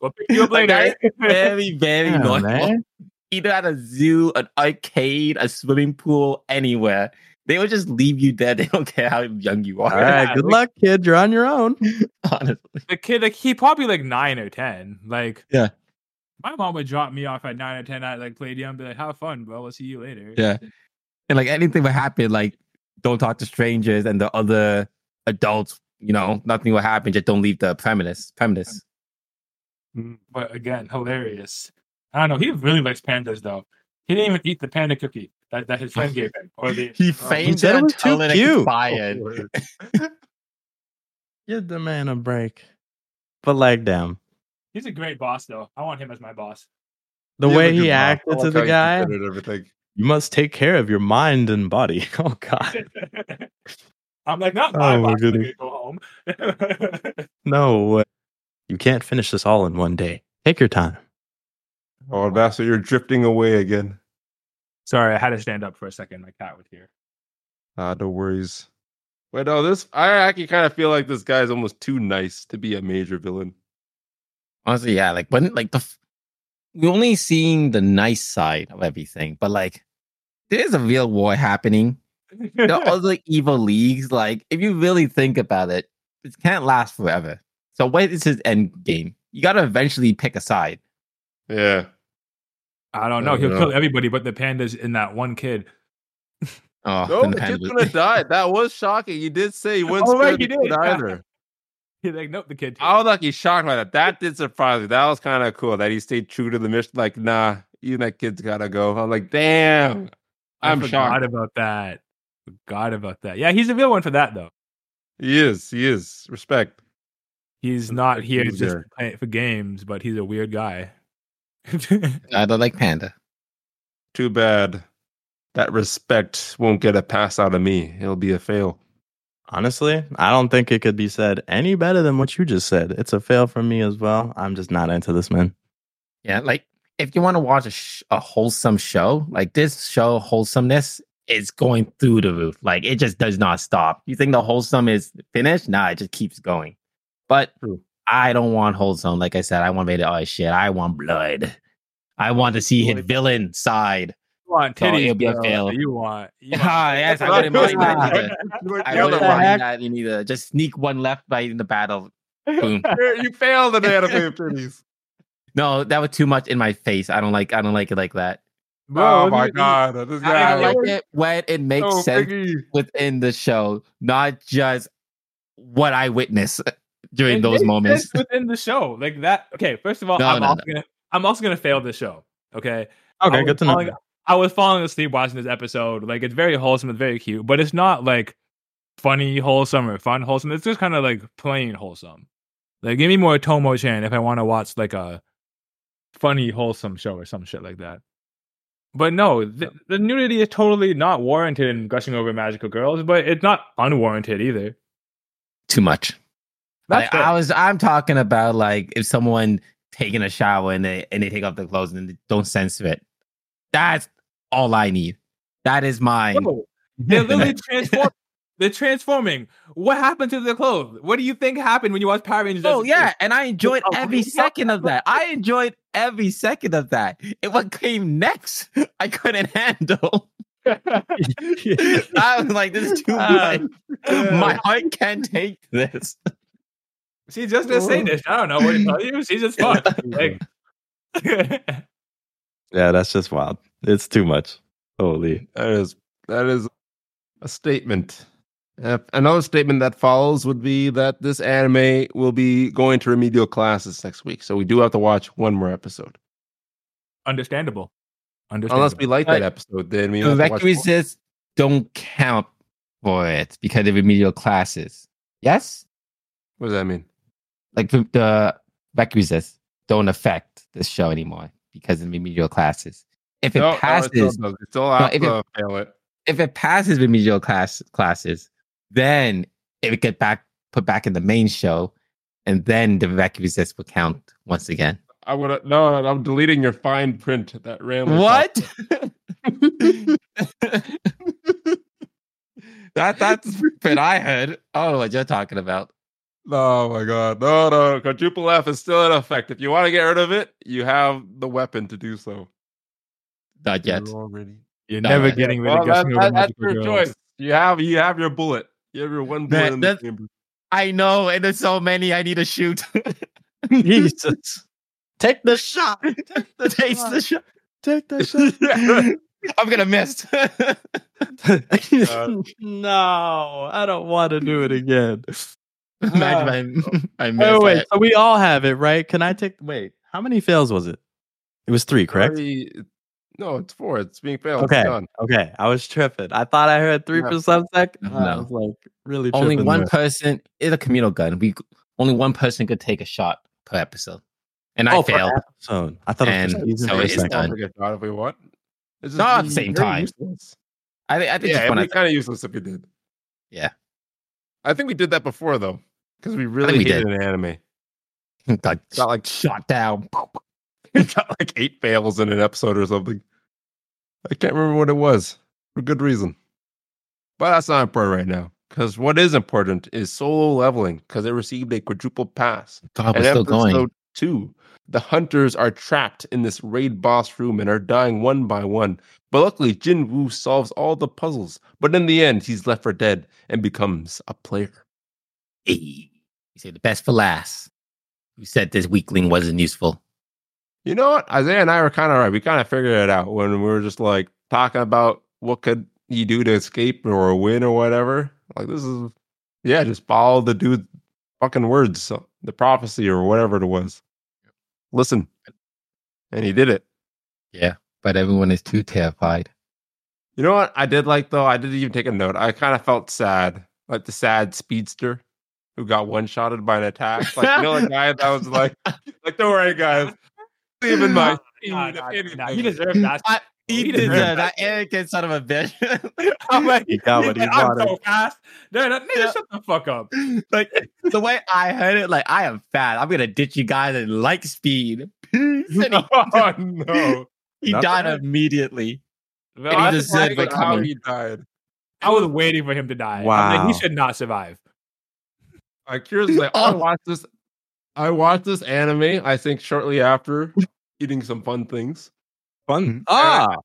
[SPEAKER 3] We'll pick you up
[SPEAKER 4] Like,
[SPEAKER 3] later.
[SPEAKER 4] very, very
[SPEAKER 2] Yeah,
[SPEAKER 4] normal.
[SPEAKER 2] man.
[SPEAKER 4] Either at a zoo, an arcade, a swimming pool, anywhere. They would just leave you there. They don't care how young you
[SPEAKER 2] All
[SPEAKER 4] are.
[SPEAKER 2] right, good luck, kid. You're on your own.
[SPEAKER 4] Honestly.
[SPEAKER 3] the kid, like he probably like nine or ten. Like
[SPEAKER 4] Yeah.
[SPEAKER 3] my mom would drop me off at nine or ten. I like played young, be like, "Have fun, bro. I'll see you later."
[SPEAKER 4] Yeah. And like anything would happen, like don't talk to strangers and the other adults, you know, nothing will happen. Just don't leave the premise. Premise.
[SPEAKER 3] But again, hilarious. I don't know. He really likes pandas, though. He didn't even eat the panda cookie that, that his friend gave him. Or the
[SPEAKER 4] He
[SPEAKER 2] He
[SPEAKER 4] fainted
[SPEAKER 2] said it was too
[SPEAKER 4] until it
[SPEAKER 2] cute.
[SPEAKER 4] expired.
[SPEAKER 2] Give the man a break. But like, damn,
[SPEAKER 3] he's a great boss, though. I want him as my boss.
[SPEAKER 2] the
[SPEAKER 1] Yeah,
[SPEAKER 2] way
[SPEAKER 1] but
[SPEAKER 2] he
[SPEAKER 1] your mom, I
[SPEAKER 2] acted to
[SPEAKER 1] like
[SPEAKER 2] the
[SPEAKER 1] how you
[SPEAKER 2] guy,
[SPEAKER 1] considered everything.
[SPEAKER 2] you must take care of your mind and body. Oh God,
[SPEAKER 3] I'm like, not my
[SPEAKER 2] Oh, my
[SPEAKER 3] boss. I'm
[SPEAKER 2] goodness.
[SPEAKER 3] gonna go home.
[SPEAKER 2] no, way. you can't finish this all in one day. Take your time.
[SPEAKER 1] Oh, Ambassador, you're drifting away again.
[SPEAKER 3] Sorry, I had to stand up for a second. My cat was here.
[SPEAKER 1] Ah, no worries. But no, this I actually kind of feel like this guy's almost too nice to be a major villain.
[SPEAKER 4] Honestly, yeah. Like when like the f- we only seeing the nice side of everything, but like there's a real war happening. the other evil leagues, like if you really think about it, it can't last forever. So what is his end game? You gotta eventually pick a side.
[SPEAKER 1] Yeah.
[SPEAKER 3] I don't
[SPEAKER 1] I
[SPEAKER 3] know.
[SPEAKER 1] don't
[SPEAKER 3] He'll
[SPEAKER 1] know.
[SPEAKER 3] kill everybody but the pandas and that one kid.
[SPEAKER 4] Oh,
[SPEAKER 1] No,
[SPEAKER 4] then
[SPEAKER 1] the
[SPEAKER 4] the
[SPEAKER 1] kid's
[SPEAKER 4] Panthers-
[SPEAKER 1] gonna die. That was shocking. He did say he wouldn't
[SPEAKER 3] Oh,
[SPEAKER 1] spare
[SPEAKER 3] right,
[SPEAKER 1] the
[SPEAKER 3] he
[SPEAKER 1] kid
[SPEAKER 3] did.
[SPEAKER 1] either.
[SPEAKER 3] He's like, nope, the kid.
[SPEAKER 1] I
[SPEAKER 4] Oh,
[SPEAKER 1] was like, he's shocked by that. That did surprise me. That was kind of cool that he stayed true to the mission. Like, nah, even that kid's gotta go. I'm like, damn.
[SPEAKER 3] Mm. I
[SPEAKER 1] I'm
[SPEAKER 3] forgot
[SPEAKER 1] shocked.
[SPEAKER 3] about that. Forgot about that. Yeah, he's a real one for that though.
[SPEAKER 1] He is. He is. Respect.
[SPEAKER 3] He's not here
[SPEAKER 1] Who's
[SPEAKER 3] just
[SPEAKER 1] there?
[SPEAKER 3] to play it for games, but he's a weird guy.
[SPEAKER 4] I don't like Panda.
[SPEAKER 1] Too bad. That respect won't get a pass out of me. It'll be a fail.
[SPEAKER 2] Honestly, I don't think it could be said any better than what you just said. It's a fail for me as well. I'm just not into this man.
[SPEAKER 4] Yeah, like if you want to watch a, sh- a wholesome show, like this show wholesomeness is going through the roof. Like it just does not stop. You think the wholesome is finished? Nah, it just keeps going. But
[SPEAKER 1] True.
[SPEAKER 4] I don't want wholesome. Like I said, I want rated R shit. I want blood. I want to see his
[SPEAKER 3] Blood.
[SPEAKER 4] villain side.
[SPEAKER 3] you want
[SPEAKER 4] So
[SPEAKER 3] titties,
[SPEAKER 4] it'll be a
[SPEAKER 3] bro.
[SPEAKER 4] fail.
[SPEAKER 3] You want? You want
[SPEAKER 4] Ah, yes, I
[SPEAKER 1] What
[SPEAKER 4] wouldn't mind that
[SPEAKER 2] Ah.
[SPEAKER 4] either. I
[SPEAKER 2] What
[SPEAKER 4] wouldn't
[SPEAKER 2] the heck?
[SPEAKER 4] mind that you either. Just sneak one left right in the battle. Boom.
[SPEAKER 1] you failed at anime titties.
[SPEAKER 4] No, that was too much in my face. I don't like. I don't like it like that.
[SPEAKER 3] Bro,
[SPEAKER 1] Oh my
[SPEAKER 3] you-
[SPEAKER 1] god. This
[SPEAKER 4] I
[SPEAKER 1] guy
[SPEAKER 4] like it when it makes
[SPEAKER 1] so
[SPEAKER 4] sense
[SPEAKER 1] freaky.
[SPEAKER 4] within the show, not just what I witness during
[SPEAKER 3] it
[SPEAKER 4] those
[SPEAKER 3] makes
[SPEAKER 4] moments.
[SPEAKER 3] sense within the show, like that. Okay, first of all,
[SPEAKER 4] No,
[SPEAKER 3] I'm
[SPEAKER 4] no,
[SPEAKER 3] also gonna I'm also gonna fail the show. Okay, I
[SPEAKER 2] Okay,
[SPEAKER 3] was
[SPEAKER 2] good to know.
[SPEAKER 3] falling- I was falling asleep watching this episode. Like it's very wholesome, it's very cute, but it's not like funny wholesome or fun wholesome. It's just kind of like plain wholesome. Like give me more Tomo Chan if I want to watch like a funny wholesome show or some shit like that. But no, the, the nudity is totally not warranted in gushing over magical girls, but it's not unwarranted either.
[SPEAKER 4] Too much.
[SPEAKER 3] That's
[SPEAKER 4] Like,
[SPEAKER 3] fair.
[SPEAKER 4] I was. I'm talking about like if someone taking a shower and they and they take off their clothes and they don't censor it. That's all I need. That is mine.
[SPEAKER 3] Whoa. They're literally transforming. They're transforming. What happened to their clothes? What do you think happened when you watch Power Rangers?
[SPEAKER 4] Oh
[SPEAKER 3] as a
[SPEAKER 4] yeah, and I enjoyed
[SPEAKER 3] Oh,
[SPEAKER 4] every
[SPEAKER 3] yeah.
[SPEAKER 4] second of that. I enjoyed every second of that. It what came next, I couldn't handle. I was like, this is too
[SPEAKER 2] Ah.
[SPEAKER 4] much.
[SPEAKER 5] My heart can't take this.
[SPEAKER 3] She's just gonna say this. I don't know what to tell you. She's just fucked. Like,
[SPEAKER 2] Yeah, that's just wild. It's too much. Holy.
[SPEAKER 1] That is that is a statement. Uh, another statement that follows would be that this anime will be going to remedial classes next week, so we do have to watch one more episode.
[SPEAKER 3] understandable. Understandable.
[SPEAKER 1] Unless we like that episode, then we
[SPEAKER 4] So
[SPEAKER 1] have to watch
[SPEAKER 4] Vacuum
[SPEAKER 1] more.
[SPEAKER 4] says don't count for it because of remedial classes. Yes?
[SPEAKER 1] What does that mean?
[SPEAKER 4] Like the- the vacuum says don't affect this show anymore because of remedial classes. If it
[SPEAKER 1] No, no,
[SPEAKER 4] passes,
[SPEAKER 1] still, does. it still have
[SPEAKER 4] if it-
[SPEAKER 1] to uh, fail it.
[SPEAKER 4] if it passes remedial class classes, then it would get back put back in the main show, and then the vacuum resist would count once again.
[SPEAKER 1] I would no, no, I'm deleting your fine print that ran.
[SPEAKER 4] that that's what I heard. Oh, what you're talking about?
[SPEAKER 1] Oh my god. No, no, quadruple F is still in effect. If you want to get rid of it, you have the weapon to do so.
[SPEAKER 4] Not yet.
[SPEAKER 1] You're already.
[SPEAKER 3] You're
[SPEAKER 4] No,
[SPEAKER 3] never
[SPEAKER 4] yeah.
[SPEAKER 3] getting rid
[SPEAKER 1] Well,
[SPEAKER 3] of
[SPEAKER 1] that,
[SPEAKER 3] Gushing
[SPEAKER 1] that-
[SPEAKER 3] Over
[SPEAKER 1] that's
[SPEAKER 3] Magical
[SPEAKER 1] your
[SPEAKER 3] Girls.
[SPEAKER 1] choice. You have you have your bullet. You have your one bullet
[SPEAKER 4] That-
[SPEAKER 1] in the
[SPEAKER 4] that's-
[SPEAKER 1] chamber.
[SPEAKER 4] I know, and there's so many I need to shoot.
[SPEAKER 2] Jesus. Take the shot.
[SPEAKER 4] Taste the shot.
[SPEAKER 2] Take the shot.
[SPEAKER 4] I'm gonna miss.
[SPEAKER 2] Uh, no, I don't want to do it again.
[SPEAKER 4] Imagine I, I missed.
[SPEAKER 2] Oh Ah. wait,
[SPEAKER 4] that.
[SPEAKER 2] so we all have it, right? Can I take? Wait, how many fails was it? It was three, correct?
[SPEAKER 1] Already- no, it's four. It's being failed.
[SPEAKER 2] Okay.
[SPEAKER 1] It's done.
[SPEAKER 2] Okay, I was tripping. I thought I heard three
[SPEAKER 1] No.
[SPEAKER 2] for some sec.
[SPEAKER 4] No.
[SPEAKER 2] I was like really
[SPEAKER 4] only
[SPEAKER 2] tripping
[SPEAKER 4] one
[SPEAKER 2] there.
[SPEAKER 4] person it's a communal gun we only one person could take a shot per episode and i
[SPEAKER 2] Oh, per
[SPEAKER 4] failed
[SPEAKER 2] episode. I thought it was
[SPEAKER 4] And
[SPEAKER 2] just using
[SPEAKER 4] so
[SPEAKER 2] for a
[SPEAKER 4] it's
[SPEAKER 1] It's
[SPEAKER 2] second.
[SPEAKER 4] done.
[SPEAKER 1] Not if we want. It's just
[SPEAKER 4] Not at the
[SPEAKER 1] be
[SPEAKER 4] same
[SPEAKER 1] very
[SPEAKER 4] time.
[SPEAKER 1] useless.
[SPEAKER 4] i, thi- I think
[SPEAKER 1] Yeah,
[SPEAKER 4] just
[SPEAKER 1] it'd
[SPEAKER 4] when I,
[SPEAKER 1] be kind of useless if we did.
[SPEAKER 4] Yeah.
[SPEAKER 1] I think we did that before though, because we really
[SPEAKER 4] we
[SPEAKER 1] hated
[SPEAKER 4] did.
[SPEAKER 1] an anime.
[SPEAKER 4] got,
[SPEAKER 1] Got like
[SPEAKER 4] shot down
[SPEAKER 1] it got like eight fails in an episode or something. I can't remember what it was for good reason. But that's not important right now. Because what is important is solo leveling, because it received a quadruple pass.
[SPEAKER 4] god we're
[SPEAKER 1] And
[SPEAKER 4] Oh, still going
[SPEAKER 1] episode Two. The hunters are trapped in this raid boss room and are dying one by one. But luckily, Jin Woo solves all the puzzles. But in the end, he's left for dead and becomes a player.
[SPEAKER 4] Hey, you say the best for last who said this weakling wasn't useful
[SPEAKER 1] You know what? Isaiah and I were kind of right. We kind of figured it out when we were just like talking about what could he do to escape or win or whatever. Like this is, yeah, just follow the dude's fucking words, so- the prophecy or whatever it was. Listen, and he did it.
[SPEAKER 4] but everyone is too terrified
[SPEAKER 1] You know what? I did like though. I didn't even take a note. I kind of felt sad, like the sad speedster who got one shotted by an attack. Like you know, the guy that was like, like don't worry, guys, leave in my.
[SPEAKER 3] Nah,
[SPEAKER 1] seed
[SPEAKER 3] nah,
[SPEAKER 1] if
[SPEAKER 3] nah,
[SPEAKER 1] anything."
[SPEAKER 3] you deserve that.
[SPEAKER 4] I-
[SPEAKER 3] He
[SPEAKER 4] he did
[SPEAKER 3] deserved
[SPEAKER 4] that, that arrogant son of a bitch
[SPEAKER 3] I'm like,
[SPEAKER 2] He got what he
[SPEAKER 3] I'm
[SPEAKER 2] wanted.
[SPEAKER 3] so fast. No, no, nigga,
[SPEAKER 4] Yeah.
[SPEAKER 3] shut the fuck up.
[SPEAKER 4] like the way i heard it like i am fat i'm gonna ditch you guys at light speed Peace. And he-
[SPEAKER 1] oh no!
[SPEAKER 4] he
[SPEAKER 1] Not
[SPEAKER 4] died
[SPEAKER 1] bad.
[SPEAKER 4] immediately
[SPEAKER 3] No,
[SPEAKER 4] And he
[SPEAKER 3] I,
[SPEAKER 4] just
[SPEAKER 3] was
[SPEAKER 4] said,
[SPEAKER 3] like,
[SPEAKER 4] like,
[SPEAKER 3] I,
[SPEAKER 1] how
[SPEAKER 3] was,
[SPEAKER 1] he died.
[SPEAKER 3] I was waiting for him to die. I'm like,
[SPEAKER 2] Wow.
[SPEAKER 3] he should not survive.
[SPEAKER 1] I curiously, like, I
[SPEAKER 4] Oh.
[SPEAKER 1] watched this. I watched this anime. I think shortly after eating some fun things.
[SPEAKER 2] Fun. Ah,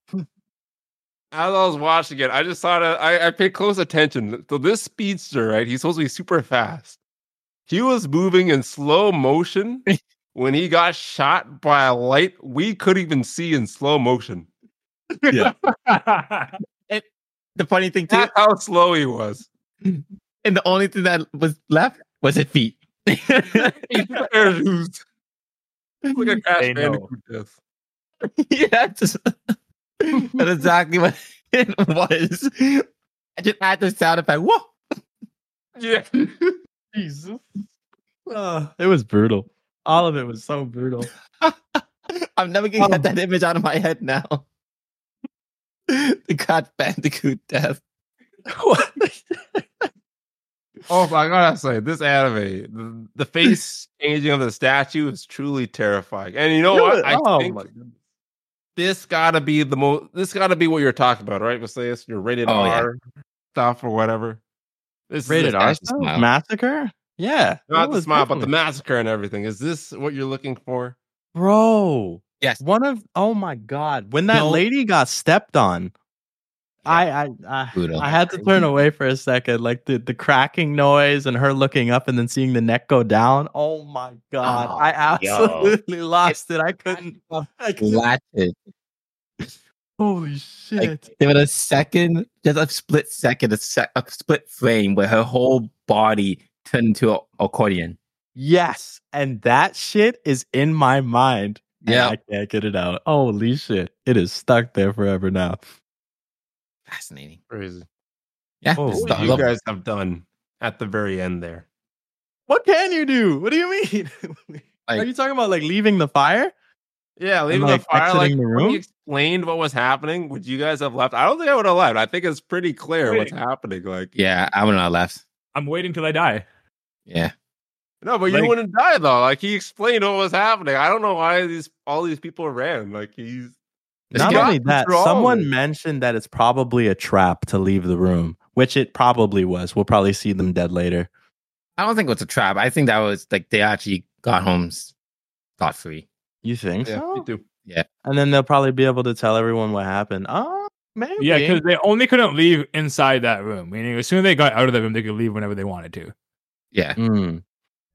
[SPEAKER 1] As I was watching it, I just saw that I, I paid close attention. So this speedster, right? He's supposed to be super fast. He was moving in slow motion when he got shot by a light we couldn't even see in slow motion.
[SPEAKER 4] the funny thing too
[SPEAKER 1] That's how slow he was.
[SPEAKER 4] And the only thing that was left was his feet.
[SPEAKER 1] He's parachuted. It's like a Crash
[SPEAKER 3] They know.
[SPEAKER 1] Bandicoot death.
[SPEAKER 4] yeah, just, that's exactly what it was. I just had the sound effect. Whoa!
[SPEAKER 1] Yeah.
[SPEAKER 4] Jesus.
[SPEAKER 2] Ah, it was brutal. All of it was so brutal.
[SPEAKER 4] I'm never gonna
[SPEAKER 2] Oh.
[SPEAKER 4] get that image out of my head now. the God Bandicoot death.
[SPEAKER 1] Oh, I gotta say, this anime, the, the face changing of the statue is truly terrifying. And you know what? I
[SPEAKER 2] Oh
[SPEAKER 1] think
[SPEAKER 2] my goodness.
[SPEAKER 1] this gotta be the most. This gotta be what you're talking about, right? Let's say it's your rated
[SPEAKER 4] Oh, yeah.
[SPEAKER 1] R stuff or whatever. This
[SPEAKER 2] Rated
[SPEAKER 1] is
[SPEAKER 2] R
[SPEAKER 4] actually smile.
[SPEAKER 2] massacre. Yeah,
[SPEAKER 1] not
[SPEAKER 2] that
[SPEAKER 1] the
[SPEAKER 2] was
[SPEAKER 1] smile, but the
[SPEAKER 2] definitely-
[SPEAKER 1] massacre and everything. Is this what you're looking for?
[SPEAKER 2] bro.
[SPEAKER 4] Yes.
[SPEAKER 2] One of oh my god, when that
[SPEAKER 4] No.
[SPEAKER 2] lady got stepped on, I I I,
[SPEAKER 4] Buddha.
[SPEAKER 2] I had to turn away for a second, like the the cracking noise and her looking up and then seeing the neck go down. Oh my god,
[SPEAKER 4] Oh,
[SPEAKER 2] I absolutely lost it. I couldn't. I couldn't-
[SPEAKER 4] Latched.
[SPEAKER 2] holy shit!
[SPEAKER 4] Like,
[SPEAKER 5] Give it a second, just a split second, a, sec, a split frame where her whole body turned into an accordion.
[SPEAKER 2] yes, and that shit is in my mind. and
[SPEAKER 4] Yeah.
[SPEAKER 2] I can't get it out. Holy shit, it is stuck there forever now.
[SPEAKER 4] Fascinating.
[SPEAKER 1] Crazy.
[SPEAKER 4] Yeah.
[SPEAKER 2] Oh,
[SPEAKER 4] this is
[SPEAKER 1] What
[SPEAKER 4] the-
[SPEAKER 1] you
[SPEAKER 4] look,
[SPEAKER 1] guys have done at the very end there.
[SPEAKER 2] What can you do? What do you mean? Are
[SPEAKER 4] Like-
[SPEAKER 2] you talking about like leaving the fire?
[SPEAKER 1] Yeah, leaving
[SPEAKER 2] like,
[SPEAKER 1] the fire. Like
[SPEAKER 2] exiting the
[SPEAKER 1] when
[SPEAKER 2] room?
[SPEAKER 1] you explained what was happening, would you guys have left? I don't think I would have left. I think it's pretty clear what's
[SPEAKER 3] Wait.
[SPEAKER 1] happening. Like,
[SPEAKER 4] yeah, I would not have left.
[SPEAKER 3] I'm waiting till I die.
[SPEAKER 4] Yeah.
[SPEAKER 1] no, but
[SPEAKER 3] Like-
[SPEAKER 1] you wouldn't die though. Like he explained what was happening. I don't know why these all these people ran. Like he's This
[SPEAKER 2] Not
[SPEAKER 1] guy-
[SPEAKER 2] only that,
[SPEAKER 1] What's wrong with
[SPEAKER 2] someone
[SPEAKER 1] it?
[SPEAKER 2] mentioned that it's probably a trap to leave the room, which it probably was. We'll probably see them dead later.
[SPEAKER 4] I don't think it was a trap. I think that was like they actually got home scot free.
[SPEAKER 2] You think
[SPEAKER 1] yeah, me
[SPEAKER 2] so?
[SPEAKER 1] too.
[SPEAKER 2] And then they'll probably be able to tell everyone what happened. Oh, maybe.
[SPEAKER 3] Yeah, because they only couldn't leave inside that room. Meaning, as soon as they got out of the room, they could leave whenever they wanted to.
[SPEAKER 4] Yeah.
[SPEAKER 2] Mm.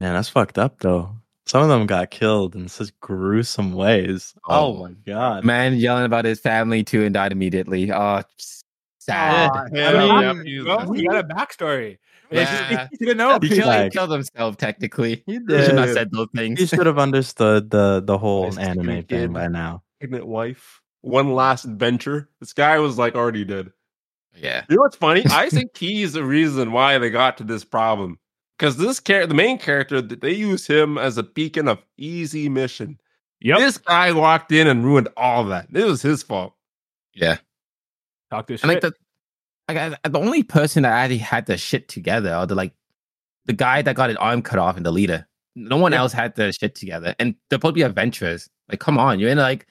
[SPEAKER 2] Man, that's fucked up though. Some of them got killed in such gruesome ways. Oh,
[SPEAKER 4] Oh.
[SPEAKER 2] my god.
[SPEAKER 4] Man yelling about his family too and died immediately. Oh, s- sad.
[SPEAKER 1] Yeah,
[SPEAKER 3] mean,
[SPEAKER 1] yeah, he's-
[SPEAKER 3] Well, we got a backstory.
[SPEAKER 4] Yeah.
[SPEAKER 3] you didn't know.
[SPEAKER 4] he killed,
[SPEAKER 2] like-
[SPEAKER 4] he killed himself technically.
[SPEAKER 2] He
[SPEAKER 4] He should not
[SPEAKER 2] did.
[SPEAKER 4] have said those
[SPEAKER 2] You
[SPEAKER 4] things.
[SPEAKER 2] should have understood the the whole
[SPEAKER 1] Nice
[SPEAKER 2] anime
[SPEAKER 1] cute
[SPEAKER 2] thing
[SPEAKER 1] kid.
[SPEAKER 2] by now.
[SPEAKER 1] pregnant wife. One last adventure. This guy was like already dead.
[SPEAKER 4] Yeah.
[SPEAKER 1] You know what's funny? I think he's the reason why they got to this problem. Because this character, the main character, th- they use him as a beacon of easy mission.
[SPEAKER 3] Yep.
[SPEAKER 1] This guy walked in and ruined all that. It was his fault.
[SPEAKER 4] Yeah.
[SPEAKER 3] Talk this
[SPEAKER 4] And like the
[SPEAKER 3] shit.
[SPEAKER 4] like I- the only person that actually had the shit together are the like the guy that got his arm cut off and the leader. No one else had the shit together. And they're supposed to be adventurers. Like, come on, you're in like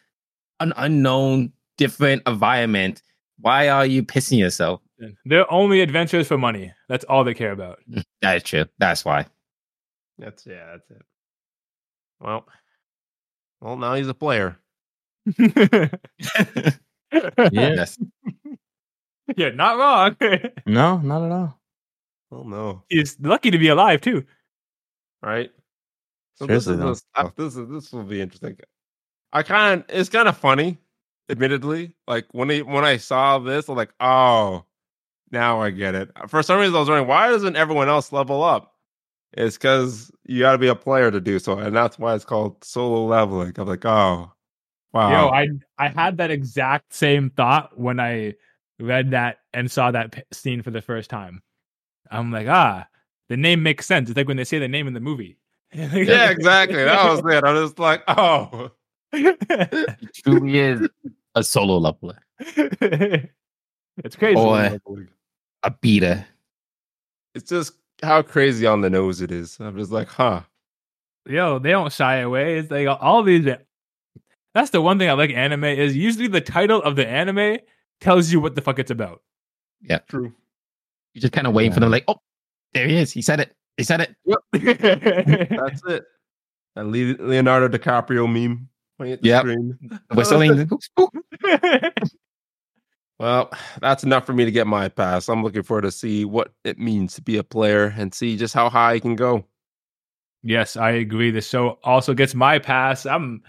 [SPEAKER 4] an unknown, different environment. Why are you pissing yourself?
[SPEAKER 3] They're only adventures for money. That's all they care about.
[SPEAKER 4] That is true. That's why.
[SPEAKER 1] That's yeah, that's it. Well, well, now he's a player.
[SPEAKER 2] Yeah.
[SPEAKER 4] Yes.
[SPEAKER 3] You're not wrong.
[SPEAKER 2] No, not at all.
[SPEAKER 1] Well, no,
[SPEAKER 3] He's lucky to be alive too.
[SPEAKER 1] right? So
[SPEAKER 2] Seriously,
[SPEAKER 1] this
[SPEAKER 2] though. Oh.
[SPEAKER 1] is the stuff- this is this will be interesting. I kind of it's kind of funny, admittedly. Like when I when I saw this, I'm like, oh, now I get it. For some reason, I was wondering why doesn't everyone else level up? It's because you got to be a player to do so, and that's why it's called solo leveling. I'm like, oh, wow.
[SPEAKER 3] Yo, I I had that exact same thought when I read that and saw that p- scene for the first time. I'm like, ah, the name makes sense. It's like when they say the name in the movie.
[SPEAKER 1] yeah, exactly. That was it. I'm just like, oh,
[SPEAKER 4] He truly is a solo leveler,
[SPEAKER 3] it's crazy.
[SPEAKER 4] Boy. a beater.
[SPEAKER 1] it's just how crazy on the nose it is. I'm just like, huh.
[SPEAKER 3] Yo, they don't shy away. It's like all these. That's the one thing I like anime is usually the title of the anime tells you what the fuck it's about.
[SPEAKER 1] True.
[SPEAKER 4] You're just kind of waiting for them, like, oh, there he is. He said it. He said it.
[SPEAKER 1] That's it. That Le- Leonardo DiCaprio meme. When you hit the
[SPEAKER 4] Yep.
[SPEAKER 1] screen.
[SPEAKER 4] Whistling.
[SPEAKER 1] Well, that's enough for me to get my pass. I'm looking forward to see what it means to be a player and see just how high I can go.
[SPEAKER 3] Yes, I agree. The show also gets my pass. I'm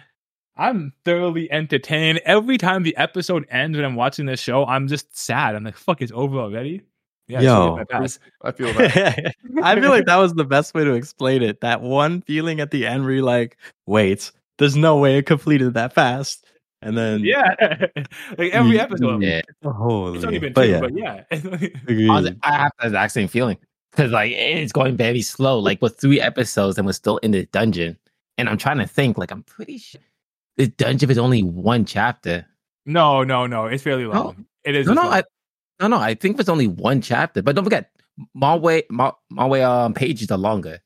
[SPEAKER 3] I'm thoroughly entertained. Every time the episode ends and I'm watching this show, I'm just sad. I'm like, fuck, it's over already. Yeah,
[SPEAKER 2] Yo.
[SPEAKER 3] I pass.
[SPEAKER 1] I feel that.
[SPEAKER 2] I feel like that was the best way to explain it. That one feeling at the end where you're like, wait, there's no way it completed that fast. And then
[SPEAKER 3] yeah. like every episode.
[SPEAKER 4] yeah.
[SPEAKER 2] holy,
[SPEAKER 3] It's only been
[SPEAKER 2] but
[SPEAKER 3] two,
[SPEAKER 2] yeah,
[SPEAKER 3] but yeah.
[SPEAKER 2] agreed.
[SPEAKER 4] I, was, I have the exact same feeling because like it's going very slow. Like with three episodes and we're still in the dungeon, and I'm trying to think. Like I'm pretty sure this dungeon is only one chapter.
[SPEAKER 3] no, no, no. It's fairly long. It is.
[SPEAKER 4] No,
[SPEAKER 3] as
[SPEAKER 4] no,
[SPEAKER 3] long.
[SPEAKER 4] I, no, no. I think it's only one chapter. But don't forget, my way, my my way. Um, pages are longer.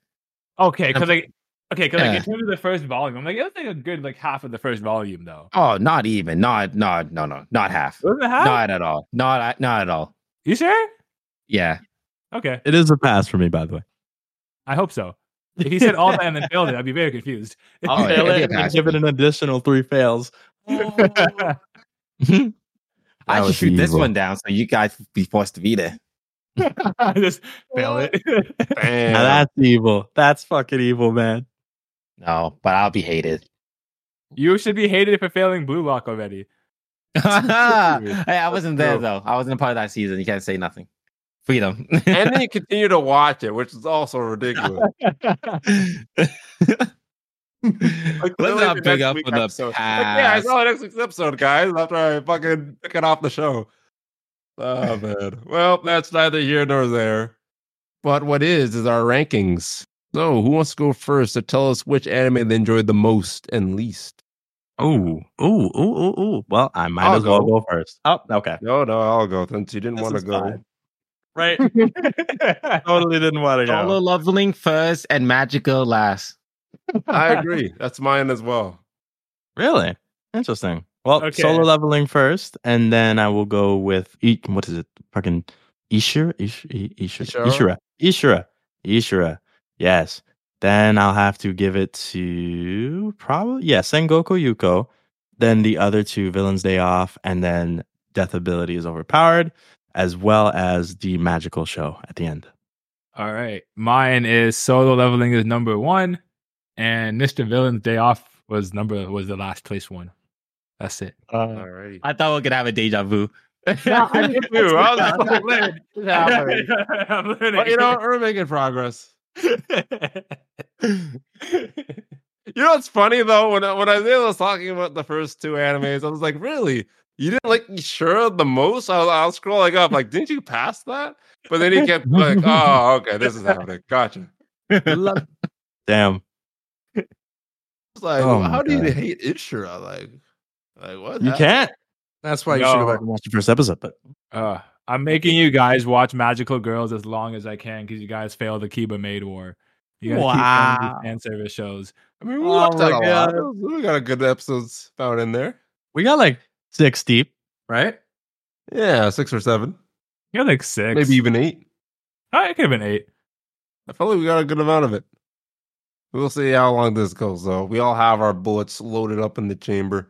[SPEAKER 3] okay, because like okay, because
[SPEAKER 4] Yeah.
[SPEAKER 3] like in terms of the first volume, I'm like it was like a good like half of the first volume though.
[SPEAKER 4] Oh, not even. Not, not, no, no, not half.
[SPEAKER 3] Wasn't it half?
[SPEAKER 4] Not at all. Not, not at all.
[SPEAKER 3] you sure?
[SPEAKER 4] Yeah.
[SPEAKER 3] Okay,
[SPEAKER 2] it is a pass for me, by the way.
[SPEAKER 3] I hope so. If he said all that and then failed it, I'd be very confused.
[SPEAKER 4] I'll Oh, yeah, fail it'd be a
[SPEAKER 2] and then
[SPEAKER 4] pass.
[SPEAKER 2] give it an additional three fails.
[SPEAKER 4] I should
[SPEAKER 2] was
[SPEAKER 4] shoot this
[SPEAKER 2] evil.
[SPEAKER 4] one down so you guys be forced to be there.
[SPEAKER 3] Just fail it.
[SPEAKER 1] Damn.
[SPEAKER 2] Now that's evil. That's fucking evil, man.
[SPEAKER 4] No, but I'll be hated.
[SPEAKER 3] you should be hated for failing Blue Lock already.
[SPEAKER 4] hey, I wasn't there
[SPEAKER 1] True.
[SPEAKER 4] though. I wasn't a part of that season. You can't say nothing. Freedom.
[SPEAKER 1] and then you continue to watch it, which is also ridiculous.
[SPEAKER 4] Let's
[SPEAKER 1] literally
[SPEAKER 4] not
[SPEAKER 1] the
[SPEAKER 4] big
[SPEAKER 1] next
[SPEAKER 4] up
[SPEAKER 1] week
[SPEAKER 4] for the
[SPEAKER 1] episode. Like, yeah, I
[SPEAKER 4] past.
[SPEAKER 1] saw next week's episode, guys. After I fucking took it off the show. Oh man. Well, that's neither here nor there. But what is is our rankings. So, who wants to go first to tell us which anime they enjoyed the most and least?
[SPEAKER 2] Oh, oh, oh, oh, oh. Well, I might
[SPEAKER 1] I'll
[SPEAKER 2] as well
[SPEAKER 1] go.
[SPEAKER 2] go first. Oh, okay.
[SPEAKER 1] No, no, I'll go since you didn't
[SPEAKER 2] This
[SPEAKER 1] want to
[SPEAKER 2] is
[SPEAKER 1] go.
[SPEAKER 2] fine. Right. totally didn't want to
[SPEAKER 4] Solo leveling first and magical last.
[SPEAKER 1] I agree. That's mine as well.
[SPEAKER 2] Really? Interesting. Well,
[SPEAKER 3] Okay.
[SPEAKER 2] solo leveling first, and then I will go with E- what is it? Fucking Ishira, Ish- I-
[SPEAKER 1] Ishira?
[SPEAKER 2] Ishira, Ishira, Ishira, Ishira. Yes. Then I'll have to give it to probably yeah, Sengoku Yuko. Then the other two villains day off, and then death ability is overpowered, as well as the magical show at the end.
[SPEAKER 3] All right. Mine is solo leveling is number one, and Mr. Villain's Day Off was number was the last place one. That's it.
[SPEAKER 2] Uh,
[SPEAKER 1] All right.
[SPEAKER 4] I thought we were gonna have a deja vu.
[SPEAKER 3] I'm learning.
[SPEAKER 1] But you know, we're making progress. You know what's funny though? When I- when Isaiah was talking about the first two animes, I was like, really? You didn't like Ishura the most? I'll, I'll scroll like up. Like, didn't you pass that? But then he kept like, oh, okay, this is happening. Gotcha.
[SPEAKER 2] Damn.
[SPEAKER 1] It's like,
[SPEAKER 2] Oh my
[SPEAKER 1] how do you
[SPEAKER 2] God.
[SPEAKER 1] hate Ishura? Like, like what?
[SPEAKER 2] You
[SPEAKER 1] happened?
[SPEAKER 2] can't. That's why you should go
[SPEAKER 3] No.
[SPEAKER 2] back and watch the first episode. But
[SPEAKER 3] Uh, I'm making you guys watch Magical Girls as long as I can because you guys failed the Kiba Maid War. You guys keep showing
[SPEAKER 2] Wow.
[SPEAKER 3] these fan service shows.
[SPEAKER 1] I mean, we
[SPEAKER 2] Oh
[SPEAKER 1] watched that a
[SPEAKER 2] my
[SPEAKER 1] lot.
[SPEAKER 2] God.
[SPEAKER 1] We got a good episodes found in there.
[SPEAKER 2] we got like six deep, right?
[SPEAKER 1] Yeah, six or seven,
[SPEAKER 3] You're like six.
[SPEAKER 1] maybe even eight.
[SPEAKER 3] I could have been eight.
[SPEAKER 1] I feel like we got a good amount of it. We'll see how long this goes, though. We all have our bullets loaded up in the chamber.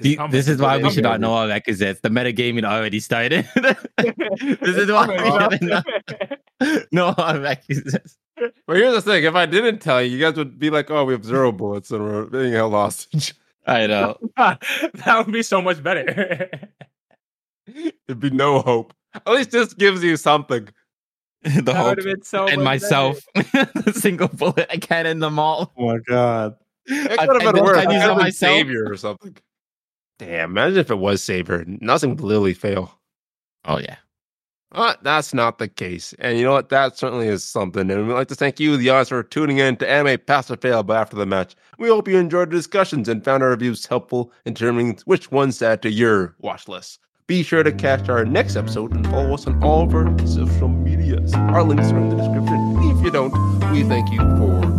[SPEAKER 4] See, this is why we should not
[SPEAKER 1] Okay.
[SPEAKER 4] know our records. The metagaming already started. this is why we should not know our records.
[SPEAKER 1] Well, here's the thing: if I didn't tell you, you guys would be like, "Oh, we have zero bullets and we're being held hostage."
[SPEAKER 4] I know.
[SPEAKER 3] that would be so much better.
[SPEAKER 1] It'd be no hope. At least this gives you something.
[SPEAKER 4] The
[SPEAKER 3] that
[SPEAKER 4] whole
[SPEAKER 3] would have been so. much
[SPEAKER 4] and
[SPEAKER 3] better.
[SPEAKER 4] myself. the single bullet I can in the mall.
[SPEAKER 2] Oh my god.
[SPEAKER 1] It could have been worse. It
[SPEAKER 4] I
[SPEAKER 1] could
[SPEAKER 4] use
[SPEAKER 1] have
[SPEAKER 4] on
[SPEAKER 1] been
[SPEAKER 4] myself.
[SPEAKER 1] savior or something. Damn! Imagine if it was savior. Nothing would literally fail.
[SPEAKER 4] Oh yeah.
[SPEAKER 1] But Uh, that's not the case. And you know what? That certainly is something. And we'd like to thank you, the audience, for tuning in to Anime Pass or Fail But after the match. We hope you enjoyed the discussions and found our reviews helpful in determining which ones to add to your watch list. Be sure to catch our next episode and follow us on all of our social medias. Our links are in the description. If you don't, we thank you for